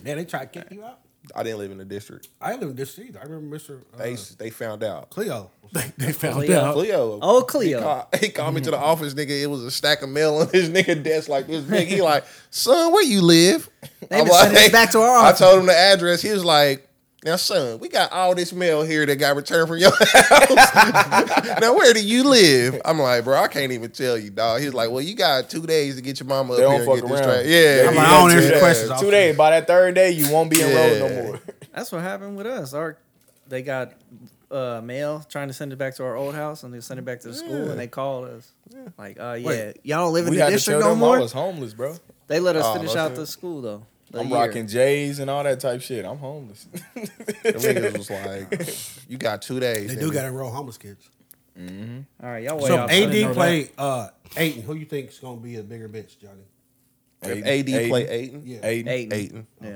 E: Man, they tried to kick you out.
F: I didn't live in the district.
E: I didn't live in this either. I remember Mr. Uh,
F: They they found out.
E: Cleo.
C: They, they found
A: Leo.
C: out.
F: Cleo.
A: Oh,
F: He
A: Cleo.
F: called, [LAUGHS] he called me to the office, nigga. It was a stack of mail on his nigga desk like this big. He like, son, where you live?
A: [LAUGHS] They been sending this back to our
F: I
A: office.
F: told him the address. He was like, now, son, we got all this mail here that got returned from your [LAUGHS] house. [LAUGHS] now, where do you live? I'm like, bro, I can't even tell you, dog. He was like, well, you got two days to get your mama
B: They
F: up
B: don't
F: here and
B: fuck
F: get this
B: around.
F: straight. Yeah.
E: I'm
F: he
E: like, I
F: don't
E: don't
F: do
E: answer
F: that.
E: questions. I'll
B: Two days. By that third day, you won't be enrolled
F: Yeah.
B: no more.
A: That's what happened with us. Our they got uh, mail trying to send it back to our old house, and they sent it back to the school, and they called us like, "Uh, yeah, y'all don't live in
B: We
A: the
B: had to
A: district no
B: tell them
A: more."
B: I was homeless, bro.
A: They let us
F: Oh,
A: finish
F: okay.
A: out the school though. the
B: I'm
A: year.
B: rocking J's and all that type shit. I'm homeless. [LAUGHS]
F: Them niggas was like, you got two days.
E: They do
F: nigga.
E: got to enroll homeless kids.
A: All right, y'all way
E: So
A: off.
E: AD played uh, Aiton. Who you think is going to be a bigger bitch, Johnny?
F: If AD play Aiden.
E: Yeah.
B: Aiden.
A: Aiden.
F: Aiden.
A: Yeah.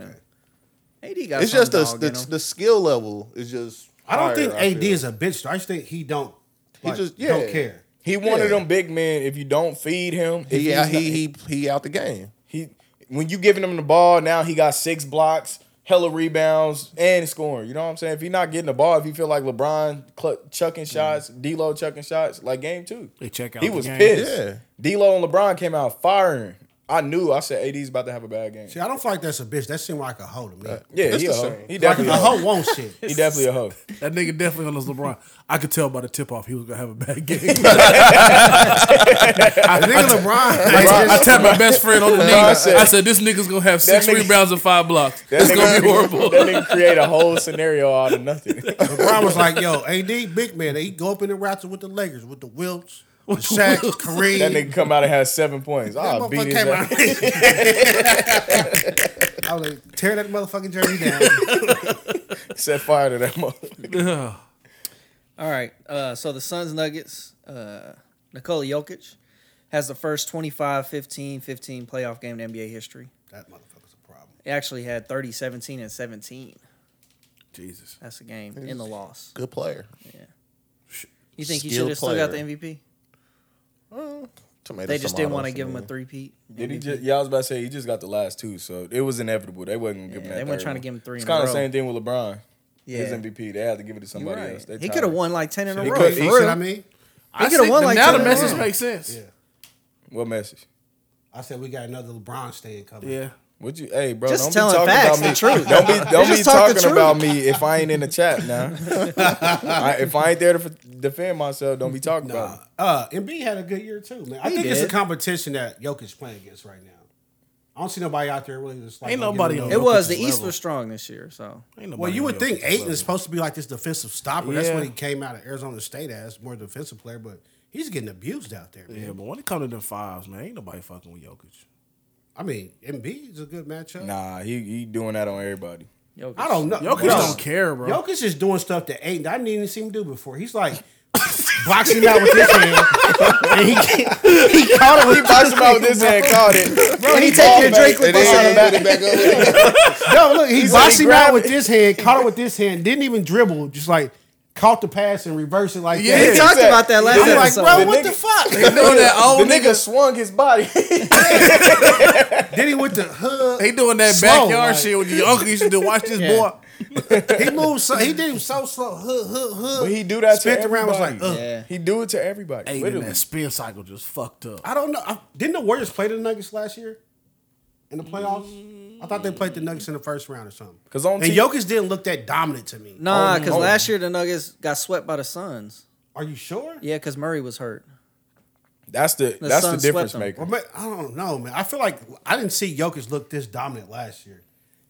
A: AD got
F: it's just
A: some
F: the,
A: dog in
F: the,
A: him.
F: the skill level is just
E: I don't
B: fire,
E: think
B: I
E: AD
B: feel.
E: is a bitch. though. I just think he don't.
F: He
E: Like,
F: just-
E: don't
F: yeah.
E: care.
B: He one of
F: Yeah.
B: them big men. If you don't feed him, if
F: He out,
B: he's not-
F: he he he out the game.
B: He when you giving him the ball now, he got six blocks, hella rebounds, and scoring. You know what I'm saying? If he not getting the ball, if he feel like LeBron cl- chucking shots, D'Lo chucking shots, like game two,
C: They check out
B: he
C: Mm. the
B: was
C: game.
B: pissed.
F: Yeah.
B: D'Lo and LeBron came out firing. I knew. I said AD's about to have a bad game.
E: See, I don't feel like that's a bitch. That seemed like a hoe to me.
B: Uh, yeah,
F: It's
B: he a
F: the
B: hoe.
F: same.
B: He
E: like
B: definitely
E: a
B: a hoe.
E: hoe wants shit.
B: He definitely a hoe.
C: That nigga definitely on his LeBron. I could tell by the tip off he was gonna have a bad game. [LAUGHS]
E: I think LeBron.
C: I, I tapped my best friend on the knee.
B: LeBron said-
C: I said, "This nigga's gonna have six
B: nigga-
C: rebounds and five blocks.
B: That
C: It's gonna
B: nigga-
C: be horrible."
B: [LAUGHS] That nigga create a whole scenario out of nothing.
E: LeBron was like, "Yo, AD, big man. They go up in the rafters with the Lakers, with the Wilts, with Shaq, Kareem.
B: That nigga come out and has seven points.
E: That
B: I'll beat
E: motherfucker
B: his
E: came
B: ass.
E: out. I was like, tear that motherfucking jersey
B: [LAUGHS]
E: down.
B: Set fire to that
C: [SIGHS]
B: motherfucker.
C: Ugh.
A: All right. Uh, so the Suns Nuggets, uh, Nikola Jokic has the first 25 15 15 playoff game in NBA history.
E: that motherfucker's a problem.
A: He actually had 30 17 and 17.
C: Jesus,
A: That's a game in the loss.
F: Good player.
A: You think he
F: Skilled
A: should have still got the
F: player.
A: MVP?
F: Tomato,
A: They just didn't want to
F: tomatoes,
A: give him a
F: man.
A: three peat.
B: Did he just? Yeah, I was about to say he just got the last two, so it was inevitable. They wasn't gonna give him
A: Yeah,
B: that.
A: they weren't
B: third
A: trying to
B: one.
A: give him three
B: It's
A: in a
B: kind of the
A: row.
B: same thing with LeBron.
A: Yeah.
B: His MVP, they had to give it to
A: You're
B: somebody
A: right.
B: else. They
A: He
B: tied.
A: could have won like 10 in a
E: He
A: row.
E: could've-
B: he
A: for
E: you
B: should've
E: see
A: real.
E: what I mean?
C: I
A: could've
C: said,
A: won like
C: now
A: ten
C: the
A: in a
C: message
A: row.
C: makes sense.
E: Yeah.
B: What message?
E: I said we got another LeBron stand coming.
C: yeah.
B: What you? Hey, bro,
A: Just telling
B: don't be talking
A: facts,
B: about me.
A: the truth.
B: Don't be don't be
A: Just talk the
B: talking
A: truth.
B: about me if I ain't in the
A: [LAUGHS]
B: chat now. I, if I ain't there to f- defend myself, don't be talking about me.
E: Uh, Embiid had a good year too, man. I
A: He
E: think it's a
A: did.
E: competition that Jokic's playing against right now. I don't see nobody out there really just like
C: Ain't
E: gonna give
C: nobody
E: him
C: on
E: no-
A: It was. The
C: Jokic's
A: East
C: level.
A: was strong this year, so.
C: Ain't nobody
E: Well, you
C: on
E: would
C: Jokic's
E: think
C: level.
E: Aiton is supposed to be like this defensive stopper. That's
C: Yeah.
E: what he came out of Arizona State as, more defensive player. But he's getting abused out there, man.
C: Yeah, but when it comes to them fives, man, ain't nobody fucking with Jokic.
E: I mean, Embiid is a good matchup.
B: Nah, he he doing that on everybody.
A: Jokic.
E: I don't know.
C: Jokic
E: Bro,
C: don't care, bro.
E: Jokic is doing stuff that Aiden I didn't even see him do before. He's like boxing out with this hand, and he, he caught
A: [LAUGHS]
E: it
B: He boxed him out with this hand, caught it.
A: Bro, he
B: ball
A: taking a drink
B: back,
A: with
B: and
A: both
B: then
A: hands.
F: Put it back up with it.
E: No, look, he
B: He said
E: boxed
B: he
E: him out
B: grabbed
E: with
B: it.
E: this hand, caught it with this hand, didn't even dribble, just like caught the pass and reversed it like
C: Yeah,
E: that.
A: We
B: he
A: talked
B: said-
A: about that last
E: I'm like,
A: episode.
E: bro, what
B: nigga-
E: the
C: [LAUGHS]
E: fuck?
C: [LAUGHS] They doing that
B: The
C: old
B: nigga swung his body. [LAUGHS]
E: then he went to hood.
C: They doing that
E: Slow,
C: backyard
E: like-
C: shit with your uncle used to do. Watch this
A: Yeah.
C: boy.
E: He moved so he did him so slow. Hood, hood, hood.
B: But he do that
E: Spent
B: to
E: around was
B: everybody.
E: like, ugh.
A: Yeah.
B: He do it to everybody.
C: Hey,
B: literally.
C: that spin cycle just fucked up.
E: I don't know. I, didn't the Warriors play the Nuggets last year in the playoffs? I thought they played the Nuggets in the first round or something.
B: 'Cause on
E: and
B: T-
E: Jokic didn't look that dominant to me.
A: Nah, because
B: Oh.
A: last year the Nuggets got swept by the Suns.
E: Are you sure?
A: Yeah, because Murray was hurt.
B: That's the, that's the
A: Suns
B: difference
A: swept 'em.
E: Or
B: maker.
E: ma- I don't know, man. I feel like I didn't see Jokic look this dominant last year.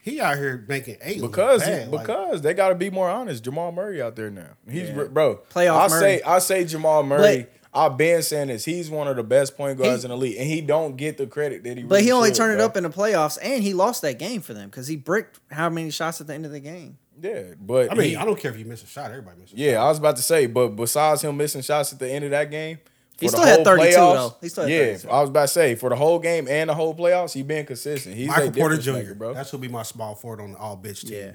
E: He out here making eight look
B: Because
E: bad, like-
B: because they got to be more honest. Jamal Murray out there now. He's bro.
A: Playoff
B: I
A: Murray.
B: say I say Jamal Murray. I've been saying this. He's one of the best point guards in the league, and he don't get the credit that he.
A: But he
B: really
A: only
B: should,
A: turned it
B: bro.
A: up in the playoffs, and he lost that game for them because he bricked how many shots at the end of the game?
B: Yeah, but
E: I mean,
B: he-
E: I don't care if you miss a shot. Everybody misses.
B: yeah, I was about to say, but besides him missing shots at the end of that game,
A: He
B: for the
A: still had
B: whole
A: 32
B: playoffs-
A: though. He still had
B: yeah,
A: 32.
B: I was about to say for the whole game and the whole playoffs, he been consistent. He's
E: Michael
B: a
E: Porter
B: difference
E: Jr.
B: maker, bro.
E: That's who'll be my small forward on the all bitch team.
A: Yeah.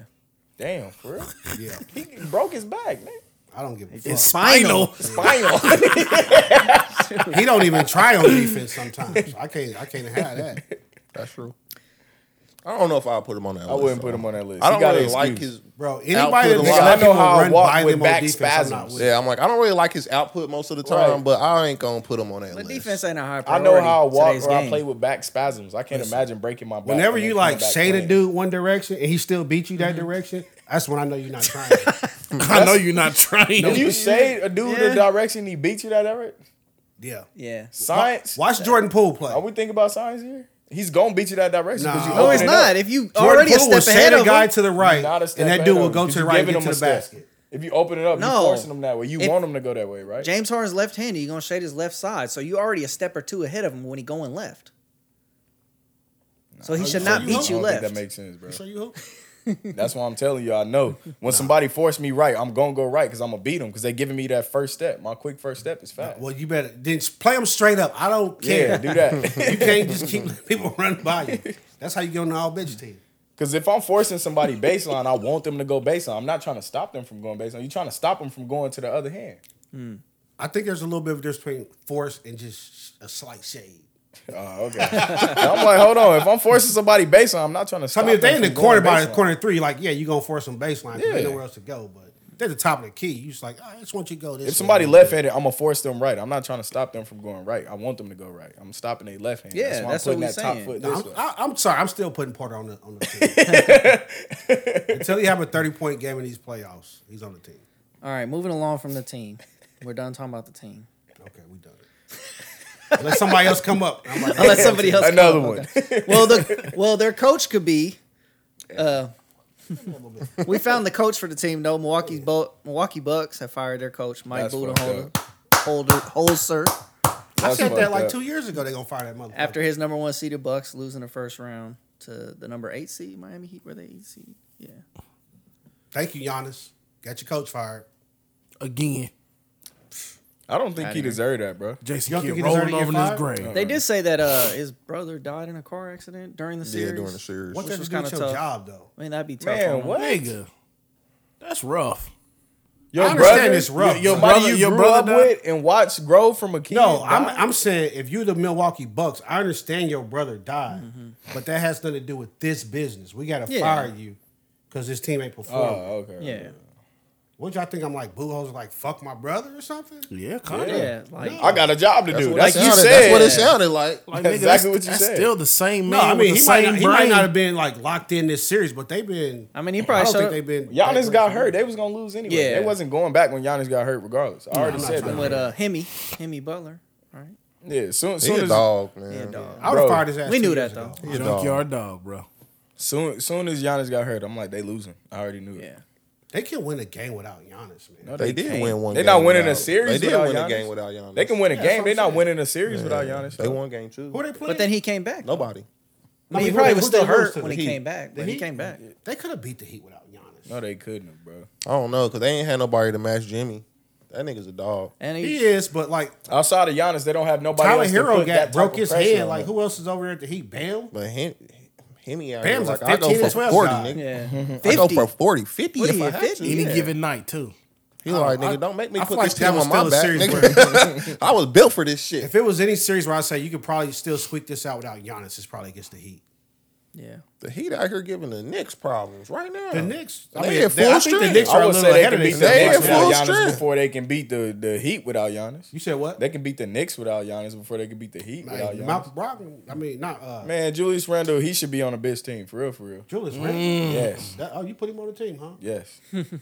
B: Damn, for real.
E: Yeah.
B: he broke his back, man.
E: I don't
B: [LAUGHS]
E: give a fuck.
C: It's final.
A: [LAUGHS]
B: Spinal.
E: he don't even try on defense sometimes. I can't. I can't have that.
F: That's true. I don't know if I'll put him on that.
B: I wouldn't put him on that list.
F: I
B: He
F: don't
B: got an
F: really like
B: excuse.
F: his
E: Bro,
F: output
E: anybody
F: a
E: that
F: lot.
E: just let
B: I know
E: people
B: how I
E: run
B: walk
E: by
B: with
E: them
B: back
E: on defense, I'm not
B: spasms.
E: with it.
F: Yeah, I'm like, I don't really like his output most of the time,
B: Right.
F: but I ain't gonna put him on that
A: But
F: list.
A: defense ain't a high
B: I
A: priority.
B: know how I walk
A: today's
B: or I
A: game.
B: play with back spasms. I can't imagine breaking my back.
E: Whenever
B: and
E: you
B: then coming
E: like
B: back Mm-hmm.
E: shade a
B: playing.
E: dude one direction and he still beat you that direction, that's when I know you're
B: [LAUGHS]
E: not trying.
C: [LAUGHS] I know you're not trying.
B: If you shade a dude
A: Yeah.
B: the direction he beats you that direct,
E: yeah.
A: Yeah.
B: science.
E: Watch Jordan Poole play.
B: Are we thinking about science here? He's gonna beat you that direction. 'cause
E: Nah.
B: you
E: No,
A: No,
B: open
A: it's
B: it
A: not.
B: Up.
A: If you
E: Jordan
A: already a
E: Poole will
A: step
E: set
A: ahead
E: a
A: of
E: guy
A: him,
E: to the right,
B: Not a step
E: and that
B: ahead
E: dude
B: of
E: will
B: him,
E: go
B: 'cause
E: to the
B: you
E: right and
B: giving him
E: get to
B: a
E: the
B: step.
E: basket.
B: If you open it up,
A: No.
B: you're forcing him that way. You
A: If-
B: want him to go that way, right?
A: James Harden's left-handed. You're gonna shade his left side, so you already a step or two ahead of him when he going left. So he should not
E: you
A: beat
E: hope?
A: you
B: I don't
A: left.
B: Think that makes
A: [LAUGHS]
B: sense, bro.
E: Show you who?
B: That's why I'm telling you. I know when somebody forced me right, I'm gonna go right because I'm gonna beat them because they giving me that first step. My quick first step is fast.
E: Well, you better then just play him straight up. I don't
B: yeah,
E: care. [LAUGHS]
B: do that. [LAUGHS]
E: you can't just keep letting people run by you. That's how you get on the all bitch team.
B: Because if I'm forcing somebody baseline, I want them to go baseline. I'm not trying to stop them from going baseline. You're trying to stop them from going to the other hand.
E: I think there's a little bit of a difference between force and just a slight shade.
B: Oh, [LAUGHS] okay. I'm like, hold on. If I'm forcing somebody baseline, I'm not trying to
E: I
B: stop
E: mean, if they in
B: them from
E: the corner
B: going
E: by the
B: baseline.
E: corner three, like yeah, you gonna force them baseline. 'cause
B: Yeah.
E: There's nowhere else to go, but they're the top of the key. You just like "Ah, I just want you to go this.
B: If
E: way.
B: somebody left handed, I'm gonna force them right. I'm not trying to stop them from going right. I want them to go right. I'm stopping their left hand.
A: Yeah,
B: why
A: that's
B: I'm putting
A: what we
B: that top
A: saying.
B: foot
E: No,
B: this
E: I'm,
B: way.
E: I, I'm sorry. I'm still putting Porter on the on the
B: [LAUGHS]
E: team until he have a 30 point game in these playoffs. He's on the team.
A: All right, moving along from the team. We're done talking about the team.
E: Okay, we done. Unless somebody else come up, I'm
B: [LAUGHS]
E: like,
A: Unless somebody else. come
B: Another
A: up,
B: one.
A: okay. Well,
B: [LAUGHS]
A: the well, their coach could be.
F: [LAUGHS]
A: Uh, we found the coach for the team though. Milwaukee's Bo- Milwaukee Bucks have fired their coach Mike
B: That's fucked
A: Budenholzer, Holder Holzer,
E: I
B: That's
E: said that
B: fucked
E: like
B: up.
E: two years ago. They gonna fire that motherfucker.
A: after his number one seeded Bucks losing the first round to the number eight seed Miami Heat. Were they eight seed? Yeah.
E: thank you, Giannis. Got your coach fired.
C: Again,
B: I don't think he deserved that, bro.
C: Jason
E: Y'all think
C: Kidd
E: he deserved to
C: rolling
E: get
C: over in his
E: fired?
C: grave.
A: They did say that uh, his brother died in a car accident during the series.
F: Yeah, during the series.
E: What
A: Which
E: that
A: was
E: to do with
A: kinda
E: your
A: tough.
E: job though?
A: Man, that'd be tough. on
B: Man,
A: him.
B: what?
C: Nigga, that's rough.
B: Your
E: I understand
B: brother,
E: it's rough.
B: Your, your
C: Brother-
B: brother, you
C: your
B: grew
C: brother
B: up
C: died?
B: with and watched grow from a kid.
E: No, I'm
B: dog.
E: I'm saying if you the Milwaukee Bucks, I understand your brother died, but that has nothing to do with this business. We gotta
A: Mm-hmm. Yeah.
E: fire you because this team ain't
B: Oh,
E: performing.
B: okay.
A: Yeah.
E: What y'all think? I'm like boohos, like fuck my brother or something.
C: Yeah, kind of.
A: Yeah, like
B: I got a job to do.
F: what
B: That's
F: it
B: what you
F: sounded- That's what it
B: said.
F: sounded like.
B: That's
C: Like, nigga, that's,
B: exactly what you
C: that's
B: said.
C: still the same
E: No,
C: man.
E: I mean he
C: with the
E: might,
C: same
E: not, he might
C: brain.
E: not have been like locked in this series, but they've been.
A: I mean, he
E: I
A: probably
E: don't
A: showed
E: think
A: up-
E: they've been.
B: Giannis got hurt. They was gonna lose anyway.
A: Yeah.
B: They wasn't going back when Giannis got hurt, regardless. I already
E: I'm not
B: said
E: trying
B: that.
A: with uh Hemi, Hemi Butler, right?
B: Yeah, soon,
F: He
B: soon
F: a
B: as
F: dog, man.
A: Yeah, dog.
E: I would
B: Bro,
E: have fired his ass.
A: we
E: two
A: knew
E: years
A: that though.
E: ago.
F: He a dog.
C: Junkyard dog, bro.
B: soon, soon as Giannis got hurt, I'm like, they losing. I already knew it.
A: Yeah.
E: They can win a game without Giannis, man.
B: No,
F: They did
B: can't.
F: win one.
B: They
F: game
B: not winning
F: without-
B: a series.
F: They did
B: without
F: win
B: Giannis.
F: a game without Giannis.
B: They can win a
E: that's
B: game.
E: what
B: They
E: I'm
B: not
E: saying.
B: winning a series without Giannis.
F: They won game two.
E: Who they playing?
A: But then he came back.
F: Nobody.
A: I mean,
E: I
A: he
E: mean,
A: probably
E: who-
A: was
E: who they
A: still
E: lose
A: hurt
E: to?
A: when
E: The
A: he
E: Heat.
A: came back.
E: The
A: But he
E: Heat?
A: came back.
E: They could have beat the Heat without Giannis.
B: No, they couldn't, have, bro.
F: I don't know because they ain't had nobody to match Jimmy. That nigga's a dog.
A: And he,
E: He is, but like
B: Outside of Giannis, they don't have nobody.
E: Tyler
B: else to
E: Hero
B: put that
E: got
B: type
E: broke
B: of
E: his
B: pressure
E: head.
B: on
E: Like
B: them.
E: who else is over there at the Heat? Bam.
F: But him, him out here,
E: Bam's a
F: like, I go
E: 15
F: for
E: and 12
F: 40,
E: guy.
F: nigga.
A: yeah,
F: I go
A: fifty.
F: for 40, 50
A: What
F: if
A: he
F: I
A: at,
F: have
A: 50?
F: to.
C: Any
F: Yeah.
C: given night too.
F: He like, nigga, don't make me
E: I feel
F: put
E: like
F: this team
E: that was
F: on my
E: still a
F: back.
E: series
F: nigga. [LAUGHS] I was built for this shit.
E: If it was any series where I say you could probably still squeak this out without Giannis, it's probably against the Heat.
A: yeah.
F: The Heat out here giving the Knicks problems right now.
E: The Knicks. I
F: They
E: mean,
F: at
E: they,
F: full
E: I think the
F: strength.
E: Knicks are
B: I
E: a
B: would
E: little
B: say they
E: ahead
B: can
E: of
B: beat the
F: They
B: Knicks
F: at full
B: without Giannis
F: strength.
B: before they can beat the, the Heat without Giannis.
E: You said what?
B: They can beat the Knicks without Giannis before they can beat the Heat
E: Like,
B: without Giannis.
E: Malcolm Brogdon. I mean, not uh,
B: Man, Julius Randle, he should be on a bitch team for real, for real.
E: Julius Randle.
B: Yes,
E: That- oh, you put him on the team, huh?
B: yes.
E: Damn.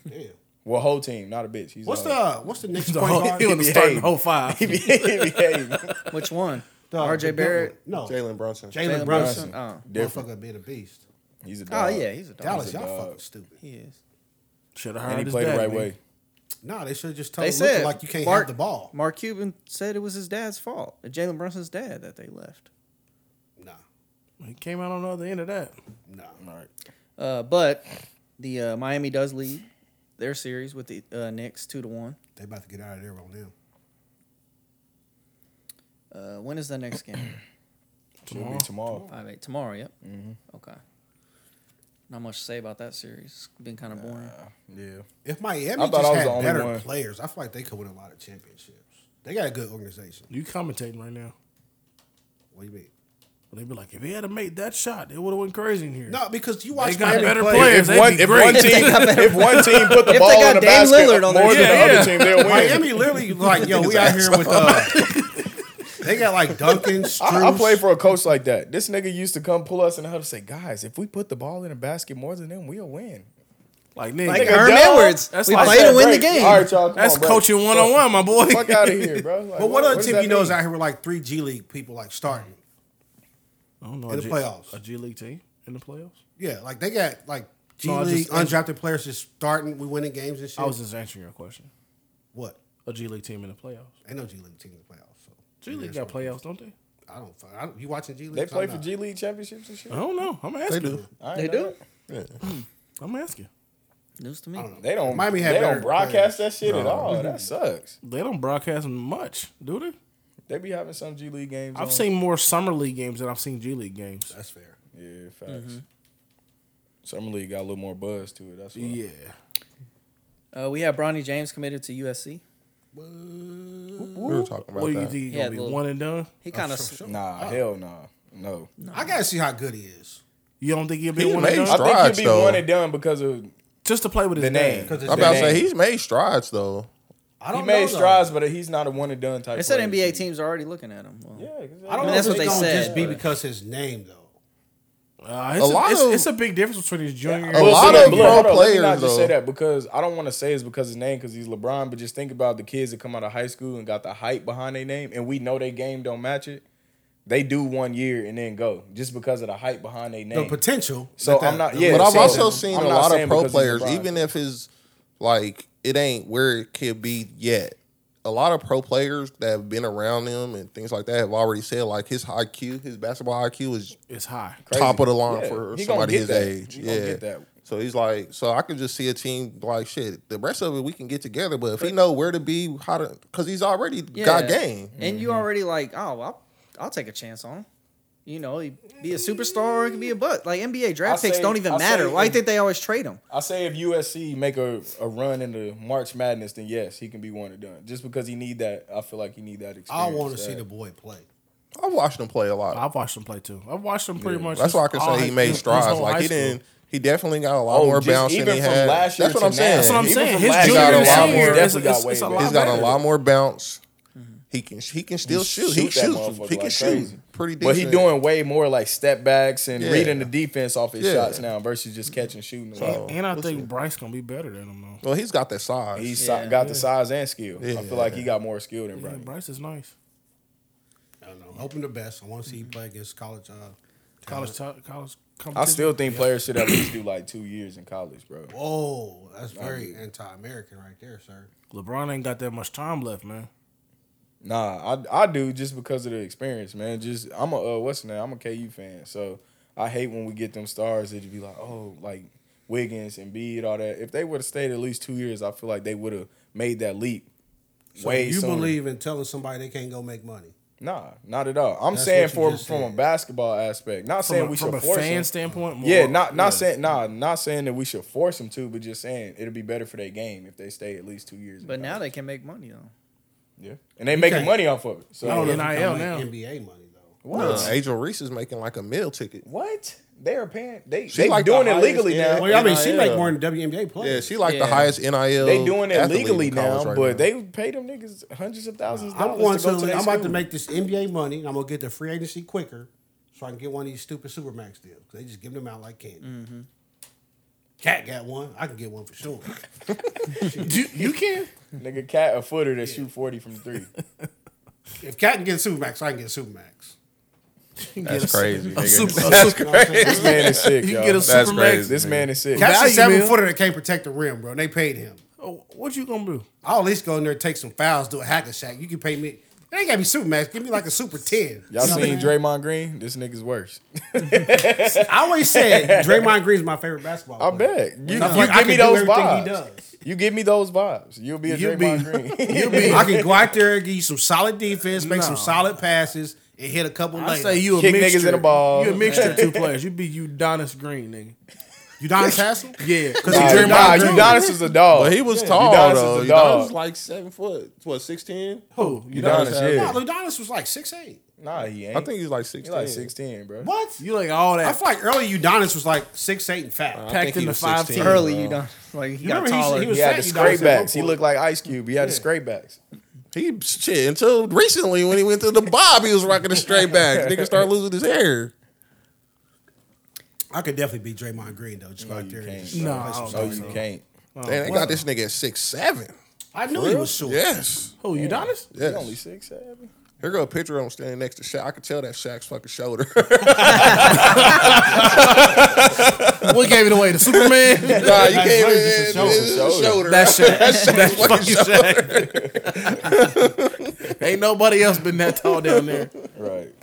B: Well, whole team, not a bitch. He's
E: What's
B: on
E: the what's the Knicks
C: The
E: point
C: whole,
E: guard?
C: [LAUGHS] he
E: The- [LAUGHS]
C: was the uh, starting
B: Hey.
C: whole
B: [LAUGHS]
C: five.
B: He be- he be hating.
A: Which one?
E: the
A: R.J.
E: big one.
A: Barrett,
E: No,
F: Jalen Brunson.
E: Jalen
A: Jalen
E: Brunson.
A: Brunson. Oh.
E: Motherfucker being a beast.
B: He's a
A: Oh
B: dog.
A: yeah, he's a dog.
E: Dallas,
B: a
E: y'all
B: dog.
E: fucking stupid.
A: He is.
C: Should have heard
B: And he
C: his
B: played the
C: dad,
B: right
C: nigga.
B: way.
E: Nah, they should have just told
A: They
E: him looking
A: said
E: like you can't have the ball.
A: Mark Cuban said it was his dad's fault, Jalen Brunson's dad, that they left.
E: Nah,
C: He came out on the other end of that.
E: nah.
A: Uh, but the uh, Miami does lead their series with the uh, Knicks two to one.
E: They about to get out of there on them.
A: Uh, when is the next game?
B: It'll be tomorrow.
A: Five eight tomorrow. Yep. Okay. Not much to say about that series. It's been kind of boring.
B: Yeah.
E: If Miami
B: thought
E: just
B: I was
E: had
B: the only
E: better
B: one.
E: players, I feel like they could win a lot of championships. They got a good organization.
C: You commentating right now.
E: What do you mean?
C: They'd be like, if he had to make that shot, it would have went crazy in here.
E: No, because you watch
C: got
E: Miami
C: better
E: play.
C: players.
B: If
C: They'd
B: one,
C: be
B: if
C: great.
B: one team, if one
A: [LAUGHS]
B: team put the
A: they
B: ball
A: got
B: in the
A: Dame
B: basket
A: Lillard on their
B: more than
C: team.
B: the
C: Yeah,
B: other team, they'll win.
E: Miami
C: [LAUGHS]
E: literally like, yo, we out here with uh, they got like Duncan,
B: I, I
E: Struce.
B: played for a coach like that. This nigga used to come pull us in the huddle and say, "Guys, if we put the ball in the basket more than them, we'll win."
C: Like, nigga,
A: Like
B: Nigga,
A: Herm
B: dog.
A: Edwards,
C: That's
A: we
C: like-
A: play to win the
B: Break.
A: game.
B: All right, y'all. Come
C: that's
B: on, bro.
C: coaching one on one, my boy.
B: Fuck out of here,
E: [LAUGHS]
B: bro. Like,
E: But what other
B: does
E: team
B: that
E: you know is
B: mean?
E: out here with like three G League people like starting?
C: [LAUGHS] I don't know.
E: In
C: a
E: the
C: G-
E: playoffs.
C: A G League team in the playoffs?
E: Yeah, like they got like G
C: No, I
E: League
C: just-
E: undrafted players just starting. We winning games and shit.
C: I was just answering your question.
E: what?
C: A G League team in the playoffs.
E: Ain't no G League team in the playoffs. So
C: G League got playoffs, don't they?
E: I don't. fuck- I don't you watching G League?
B: They play
E: I'm
B: for
E: not.
B: G League championships and shit.
C: I don't know. I'm asking.
F: do.
B: I
A: They
B: ain't know
A: do.
B: that.
C: I'm asking.
A: News to me.
B: They don't.
E: Miami had
B: they
E: better
B: don't broadcast that shit at all. That sucks.
C: They don't broadcast much, do they?
B: They be having some G League games. on.
C: I've seen more summer league games than I've seen G League games.
E: That's fair.
B: Yeah, facts. Summer League got a little more buzz to it. That's why.
C: Yeah.
A: Uh, we have Bronny James committed to USC.
F: We were talking about
C: What do you
F: that.
C: think? He's
A: Yeah,
C: gonna be
A: little-
C: one and done.
A: He kind of
B: Nah, hell nah. No.
E: I gotta see how good he is.
C: You don't think he'll be
F: He
C: one and
F: made
C: done?
B: I think
F: Strides,
B: he'd be
F: though.
B: one and done because of
C: Just to play with his
B: the name.
C: name.
E: Because
B: He
E: it's
F: I'm about to
E: been-
F: say he's made strides though.
E: I don't know,
B: made
E: though.
B: strides, but he's not a one and done type
A: They said
B: player.
A: NBA teams are already looking at him. Well,
B: Yeah, exactly.
E: I don't
A: mean,
E: know
A: that's
E: if
A: what
E: it's
A: they
E: gonna
A: said,
E: just be
A: but-
E: because his name though.
C: Uh, it's,
F: A
C: a,
F: lot
C: it's,
F: of-
C: it's a big difference between his junior.
F: A
C: and-
F: lot
B: see,
F: of
B: look,
F: pro
B: hold on, Let me not
F: players,
B: just
F: though.
B: say that because I don't want to say it's because his name because he's LeBron, but just think about the kids that come out of high school and got the hype behind their name, and we know their game don't match it. They do one year and then go just because of the hype behind their
E: The
B: name.
E: potential.
B: So
E: that that-
B: I'm not- yeah,
F: But I've
B: so-
F: also
B: I'm
F: seen
B: not
F: a lot
B: saying
F: of pro
B: because he's
F: players,
B: LeBron.
F: even if his like it ain't where it could be yet. A lot of pro players that have been around him and things like that have already said like his IQ, his basketball IQ is
C: It's high.
F: top of the line
B: Yeah,
F: for
B: he gonna
F: somebody
B: get
F: his
B: that.
F: age.
B: He
F: yeah.
B: gonna get that.
F: So he's like, so I could just see a team like shit. The rest of it we can get together, but if he know where to be, how to, because he's already got game.
A: And you already like, oh, well, I'll, I'll take a chance on him. You know, he be a superstar or he could be a butt. Like NBA draft
B: I
A: picks
B: say-
A: don't even
B: I
A: matter.
B: say-
A: Why do you think they always trade him?
B: I say if USC make a, a run into March Madness, then yes, he can be one and done. Just because he need that, I feel like he need that experience. uh,
E: I want to see
B: that-
E: the boy play.
F: I watched him play a lot.
C: I've watched him play too. I've watched him pretty much.
F: That's why I can
C: his- all
F: say he
C: his-
F: made
C: his
F: strides.
C: whole
F: Like
C: high
F: he
C: school.
F: didn't. He definitely got a lot Oh, more
B: Oh, just
F: bounce
B: even
F: than he
B: from
F: had.
B: last year
F: That's what I'm
B: to
F: saying.
B: now.
C: That's what I'm
B: Even
C: saying.
B: from
C: His
B: last
C: junior
F: year,
C: and
F: he's got a lot
C: senior
F: more-
C: year, it's,
B: definitely
C: it's,
B: got
C: it's a
B: way
C: lot.
B: better.
F: He's got a
C: better.
F: lot more bounce. He can he can still shoot. He
B: that
F: shoots.
B: motherfucker
F: He can
B: like
F: shoot
B: crazy.
F: pretty
B: But
F: decent.
B: he doing way more like step backs and
F: Yeah.
B: reading the defense off his
F: Yeah.
B: shots now versus just catching shooting. So,
C: And I
F: We'll
C: think
F: see.
C: Bryce gonna be better than him though.
F: Well, he's got that size.
B: he si-
A: Yeah.
B: got the size and skill. I
F: Yeah.
B: feel like he got more skill than
C: Yeah,
B: Brian.
C: Bryce is nice.
E: I don't know. I'm hoping the best. I want to see him play against college. Uh,
C: College, top, college.
B: I
C: competition.
B: still think players should at least do like two years in college, bro.
E: whoa, that's very anti-American right there, sir.
C: LeBron ain't got that much time left, man.
B: Nah, I I do just because of the experience, man. Just I'm a uh, what's the name? I'm a KU fan, so I hate when we get them stars that you be like, oh, like Wiggins and Bede, all that. If they would have stayed at least two years, I feel like they would have made that leap.
E: So
B: way
E: you
B: sooner.
E: believe in telling somebody they can't go make money?
B: Nah, not at all. I'm
E: That's
B: saying
E: what you
B: from
E: just
B: from a
E: said.
B: basketball aspect, not saying
C: a,
B: we
C: from
B: should
C: a
B: force
C: fan
B: them.
C: standpoint. more-
B: Yeah, not not saying nah, not saying that we should force them to, but just saying it'll be better for their game if they stay at least two years. in
A: But now
B: college.
A: they can make money though.
B: yeah, and they making
E: can't-
B: money off of it. So
C: I don't know.
E: If you
C: NIL
E: don't make
C: now.
E: NBA money though.
B: what?
F: Uh, Angel Reese is making like a meal ticket.
B: What? They are paying. They
F: She
B: they
F: like the
B: doing it
F: highest
B: legally
F: end.
B: now.
E: Well, I mean, she
F: NIL.
E: make more than WNBA
F: Yeah,
E: players.
F: she like
A: Yeah.
F: the highest NIL.
B: They doing it
F: athlete in
B: legally now,
F: college right
B: but they pay them niggas hundreds of thousands. Of
E: I
B: dollars
E: want
B: to
E: to.
B: go to. their
E: Uh, I'm about to
B: school.
E: make this NBA money. and I'm gonna get the free agency quicker, so I can get one of these stupid Supermax deals. They just give them out like candy.
B: Mm-hmm.
E: Cat got one. I can get one for sure.
C: you, you can.
B: nigga cat a footer that shoot forty from three.
E: if Cat can get Supermax, I can get Supermax.
F: That's crazy.
C: A
F: nigga.
C: super, a
F: That's
C: super-
F: crazy.
B: This man is sick,
C: you
B: y'all.
C: can get a
F: That's
C: super
F: crazy.
B: this man is sick.
E: Cat's a
C: Value
E: seven
C: meal.
E: footer that can't protect the rim, bro. and They paid him.
C: Oh, What you gonna do?
E: I'll at least go in there, take some fouls, do a hack and shack. You can pay me. It ain't gotta be Supermax. Give me like a super
B: Y'all
E: ten. You know what
B: seen
E: I mean?
B: Draymond Green? This nigga's worse.
E: I always said Draymond Green's my favorite basketball.
B: I
E: player.
B: bet. You,
E: I feel
B: you
E: like
B: give
E: I can
B: me
E: do
B: those
E: everything he
B: vibes.
E: does.
B: You give me those vibes. You'll be a
C: You'll be-
B: [LAUGHS] Draymond Green.
C: You'll be.
E: I can go out there and give you some solid defense, make
C: No.
E: some solid passes, and hit a couple
C: I
E: later.
C: say you a
B: Kick
C: mixture.
B: niggas in the ball.
C: You a mixture
B: [LAUGHS]
C: of two players. You be Udonis Green, nigga.
E: you Don Castle?
C: Yeah,
E: he
B: Nah,
E: Draymond
B: nah,
E: Green.
B: Udonis is a dog.
F: But he was tall
B: Udonis is a
F: though. Udonis
B: dog.
F: was like seven foot. What six ten?
C: who Udonis?
B: Udonis,
F: Udonis
E: No,
B: yeah.
E: Ludonis was like six eight.
B: Nah, he ain't.
F: I think he's like six.
B: he like sixteen, bro.
E: What?
C: You like all
E: I
C: that?
E: feel like early Udonis was like six eight and fat.
C: packed in the five team.
A: Early, you don't like he got
E: remember he-
A: taller.
E: he was
B: He had the
E: Fat Udonis at one
B: scrape backs. He
E: point.
B: looked like Ice Cube. He had the scrape backs.
F: He shit until recently when he went to the Bob, he was rocking a straight back. Nigga started losing his hair.
E: I could definitely beat Draymond Green though. Just go out there. and
B: can't,
E: just-
B: bro.
C: No, I don't
B: Oh, No,
C: think
B: you
C: so.
B: can't.
F: Damn, they got this nigga at six seven.
E: I knew he was short.
F: Yes.
C: Who oh, Udonis?
B: He
F: Yes.
B: only six seven.
F: Here go a picture of him standing next to Shaq. I could tell that Shaq's fucking shoulder.
C: what gave it away?
B: [LAUGHS]
C: The Superman?
F: nah, you
E: That's
F: can't
E: right, it's a shoulder.
F: even. It's [LAUGHS]
E: [LAUGHS]
F: his
B: Shoulder.
F: shoulder.
C: That's Shaq. That's fucking Shaq. Ain't nobody else been that tall down there.
B: Right.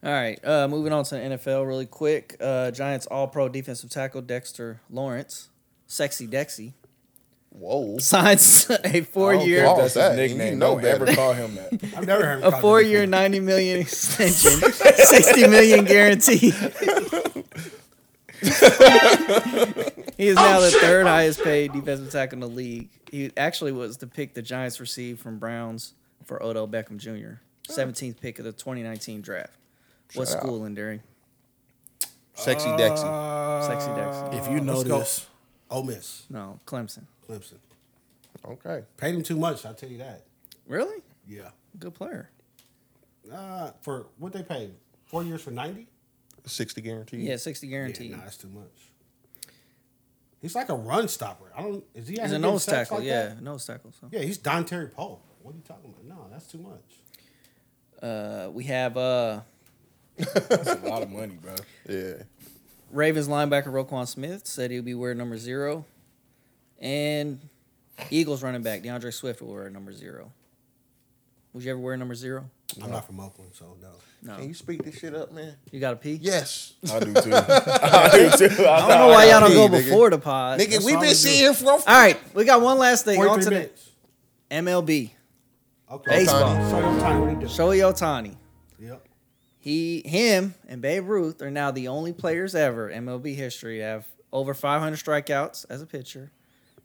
A: All right, uh, moving on to the NFL really quick. Uh, Giants All-Pro defensive tackle Dexter Lawrence, sexy Dexy, [LAUGHS]
F: Whoa.
A: signs a four-year
F: care.
B: That's his
F: that.
B: nickname.
F: You know
B: Don't ever
F: better.
B: call him [LAUGHS] that.
E: I've never heard him
A: a
E: called
A: four
E: him
A: year, [LAUGHS] ninety million extension, sixty million guaranteed. He is now the third highest paid defensive tackle in the league. He actually was the pick the Giants received from Browns for Odell Beckham Jr. 17th pick of the 2019 draft. What
F: Shout out.
A: school, Enduring?
F: Sexy Dexy.
A: Sexy Dex.
C: If you know
E: let's go.
C: this,
E: Ole Miss,
A: No, Clemson.
E: Clemson.
F: Okay.
E: Paid him too much, I'll tell you that.
A: Really?
E: Yeah.
A: Good player.
E: Uh, for what they paid? Four years for 90?
F: 60 guaranteed.
A: Yeah, 60
E: Yeah,
A: guaranteed.
E: nah, that's too much. He's like a run stopper. I don't. Is he?
A: He's
E: actually
A: a
E: getting
A: nose
E: sacks
A: tackle.
E: like
A: yeah,
E: that?
A: nose tackle. So.
E: Yeah, he's Don Terry Poe. What are you talking about? No, that's too much.
A: Uh, we have uh,
B: That's a lot of money, bro.
F: Yeah.
A: Ravens linebacker Roquan Smith said he'll be wearing number zero. And Eagles running back DeAndre Swift will wear number zero. Would you ever wear number zero?
E: I'm not from Oakland, so no.
A: No.
F: Can you speak this shit up, man?
A: You got a pee?
F: Yes.
B: I do too. [LAUGHS] I do too. [LAUGHS]
A: I don't know why y'all don't go
F: Pee, nigga.
A: before the pod.
F: Nigga, we
E: all
F: been
E: we
F: seeing from
A: All right, we got one last thing. On to
E: 43
A: the
E: minutes.
A: MLB.
E: Okay.
A: Baseball.
E: So your time. What do you do?
A: Shohei Otani.
E: Yep.
A: He, him, and Babe Ruth are now the only players ever in MLB history to have over 500 strikeouts as a pitcher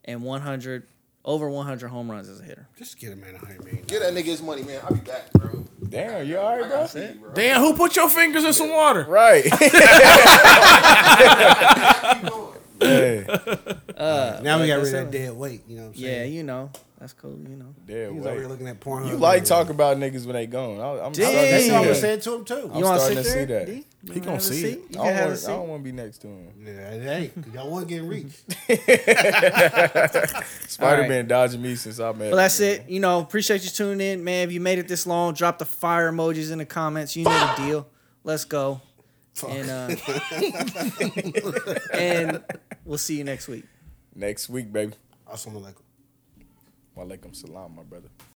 A: and 100 over 100 home runs as a hitter.
E: Just get a man out here, man.
F: Get that nigga his money, man. I'll be back, bro.
B: Damn, you all right, bro?
C: damn, who put your fingers in some water? [LAUGHS]
B: Right. [LAUGHS] hey,
E: now we got
A: that's
E: rid of that
A: it.
E: dead weight. You know what I'm
A: Yeah,
E: saying?
A: you know that's cool. You know.
B: dead
E: He was
B: weight.
E: over here looking at Pornhub.
B: You like talking about niggas when they gone. I, I'm
A: Damn.
E: That's what I was
B: starting to see that.
E: saying to him too.
A: you want to
B: starting
A: sit
B: to see
A: there?
B: that.
A: D? You
C: gonna
A: wanna have a
C: see it.
A: seat? You
B: I
A: can
B: don't,
A: have a
B: want, I
A: seat.
B: don't want to be next to him.
E: yeah, hey, y'all wasn't getting reached.
B: Spider Man dodging me since I met.
A: Well, that's
B: him.
A: it. You know, appreciate you tuning in, man. If you made it this long, drop the fire emojis in the comments. You know the deal. Let's go. And uh, [LAUGHS] and we'll see you next week.
B: Next week, baby.
E: Assalamu alaikum.
B: Walaikum salam, my brother.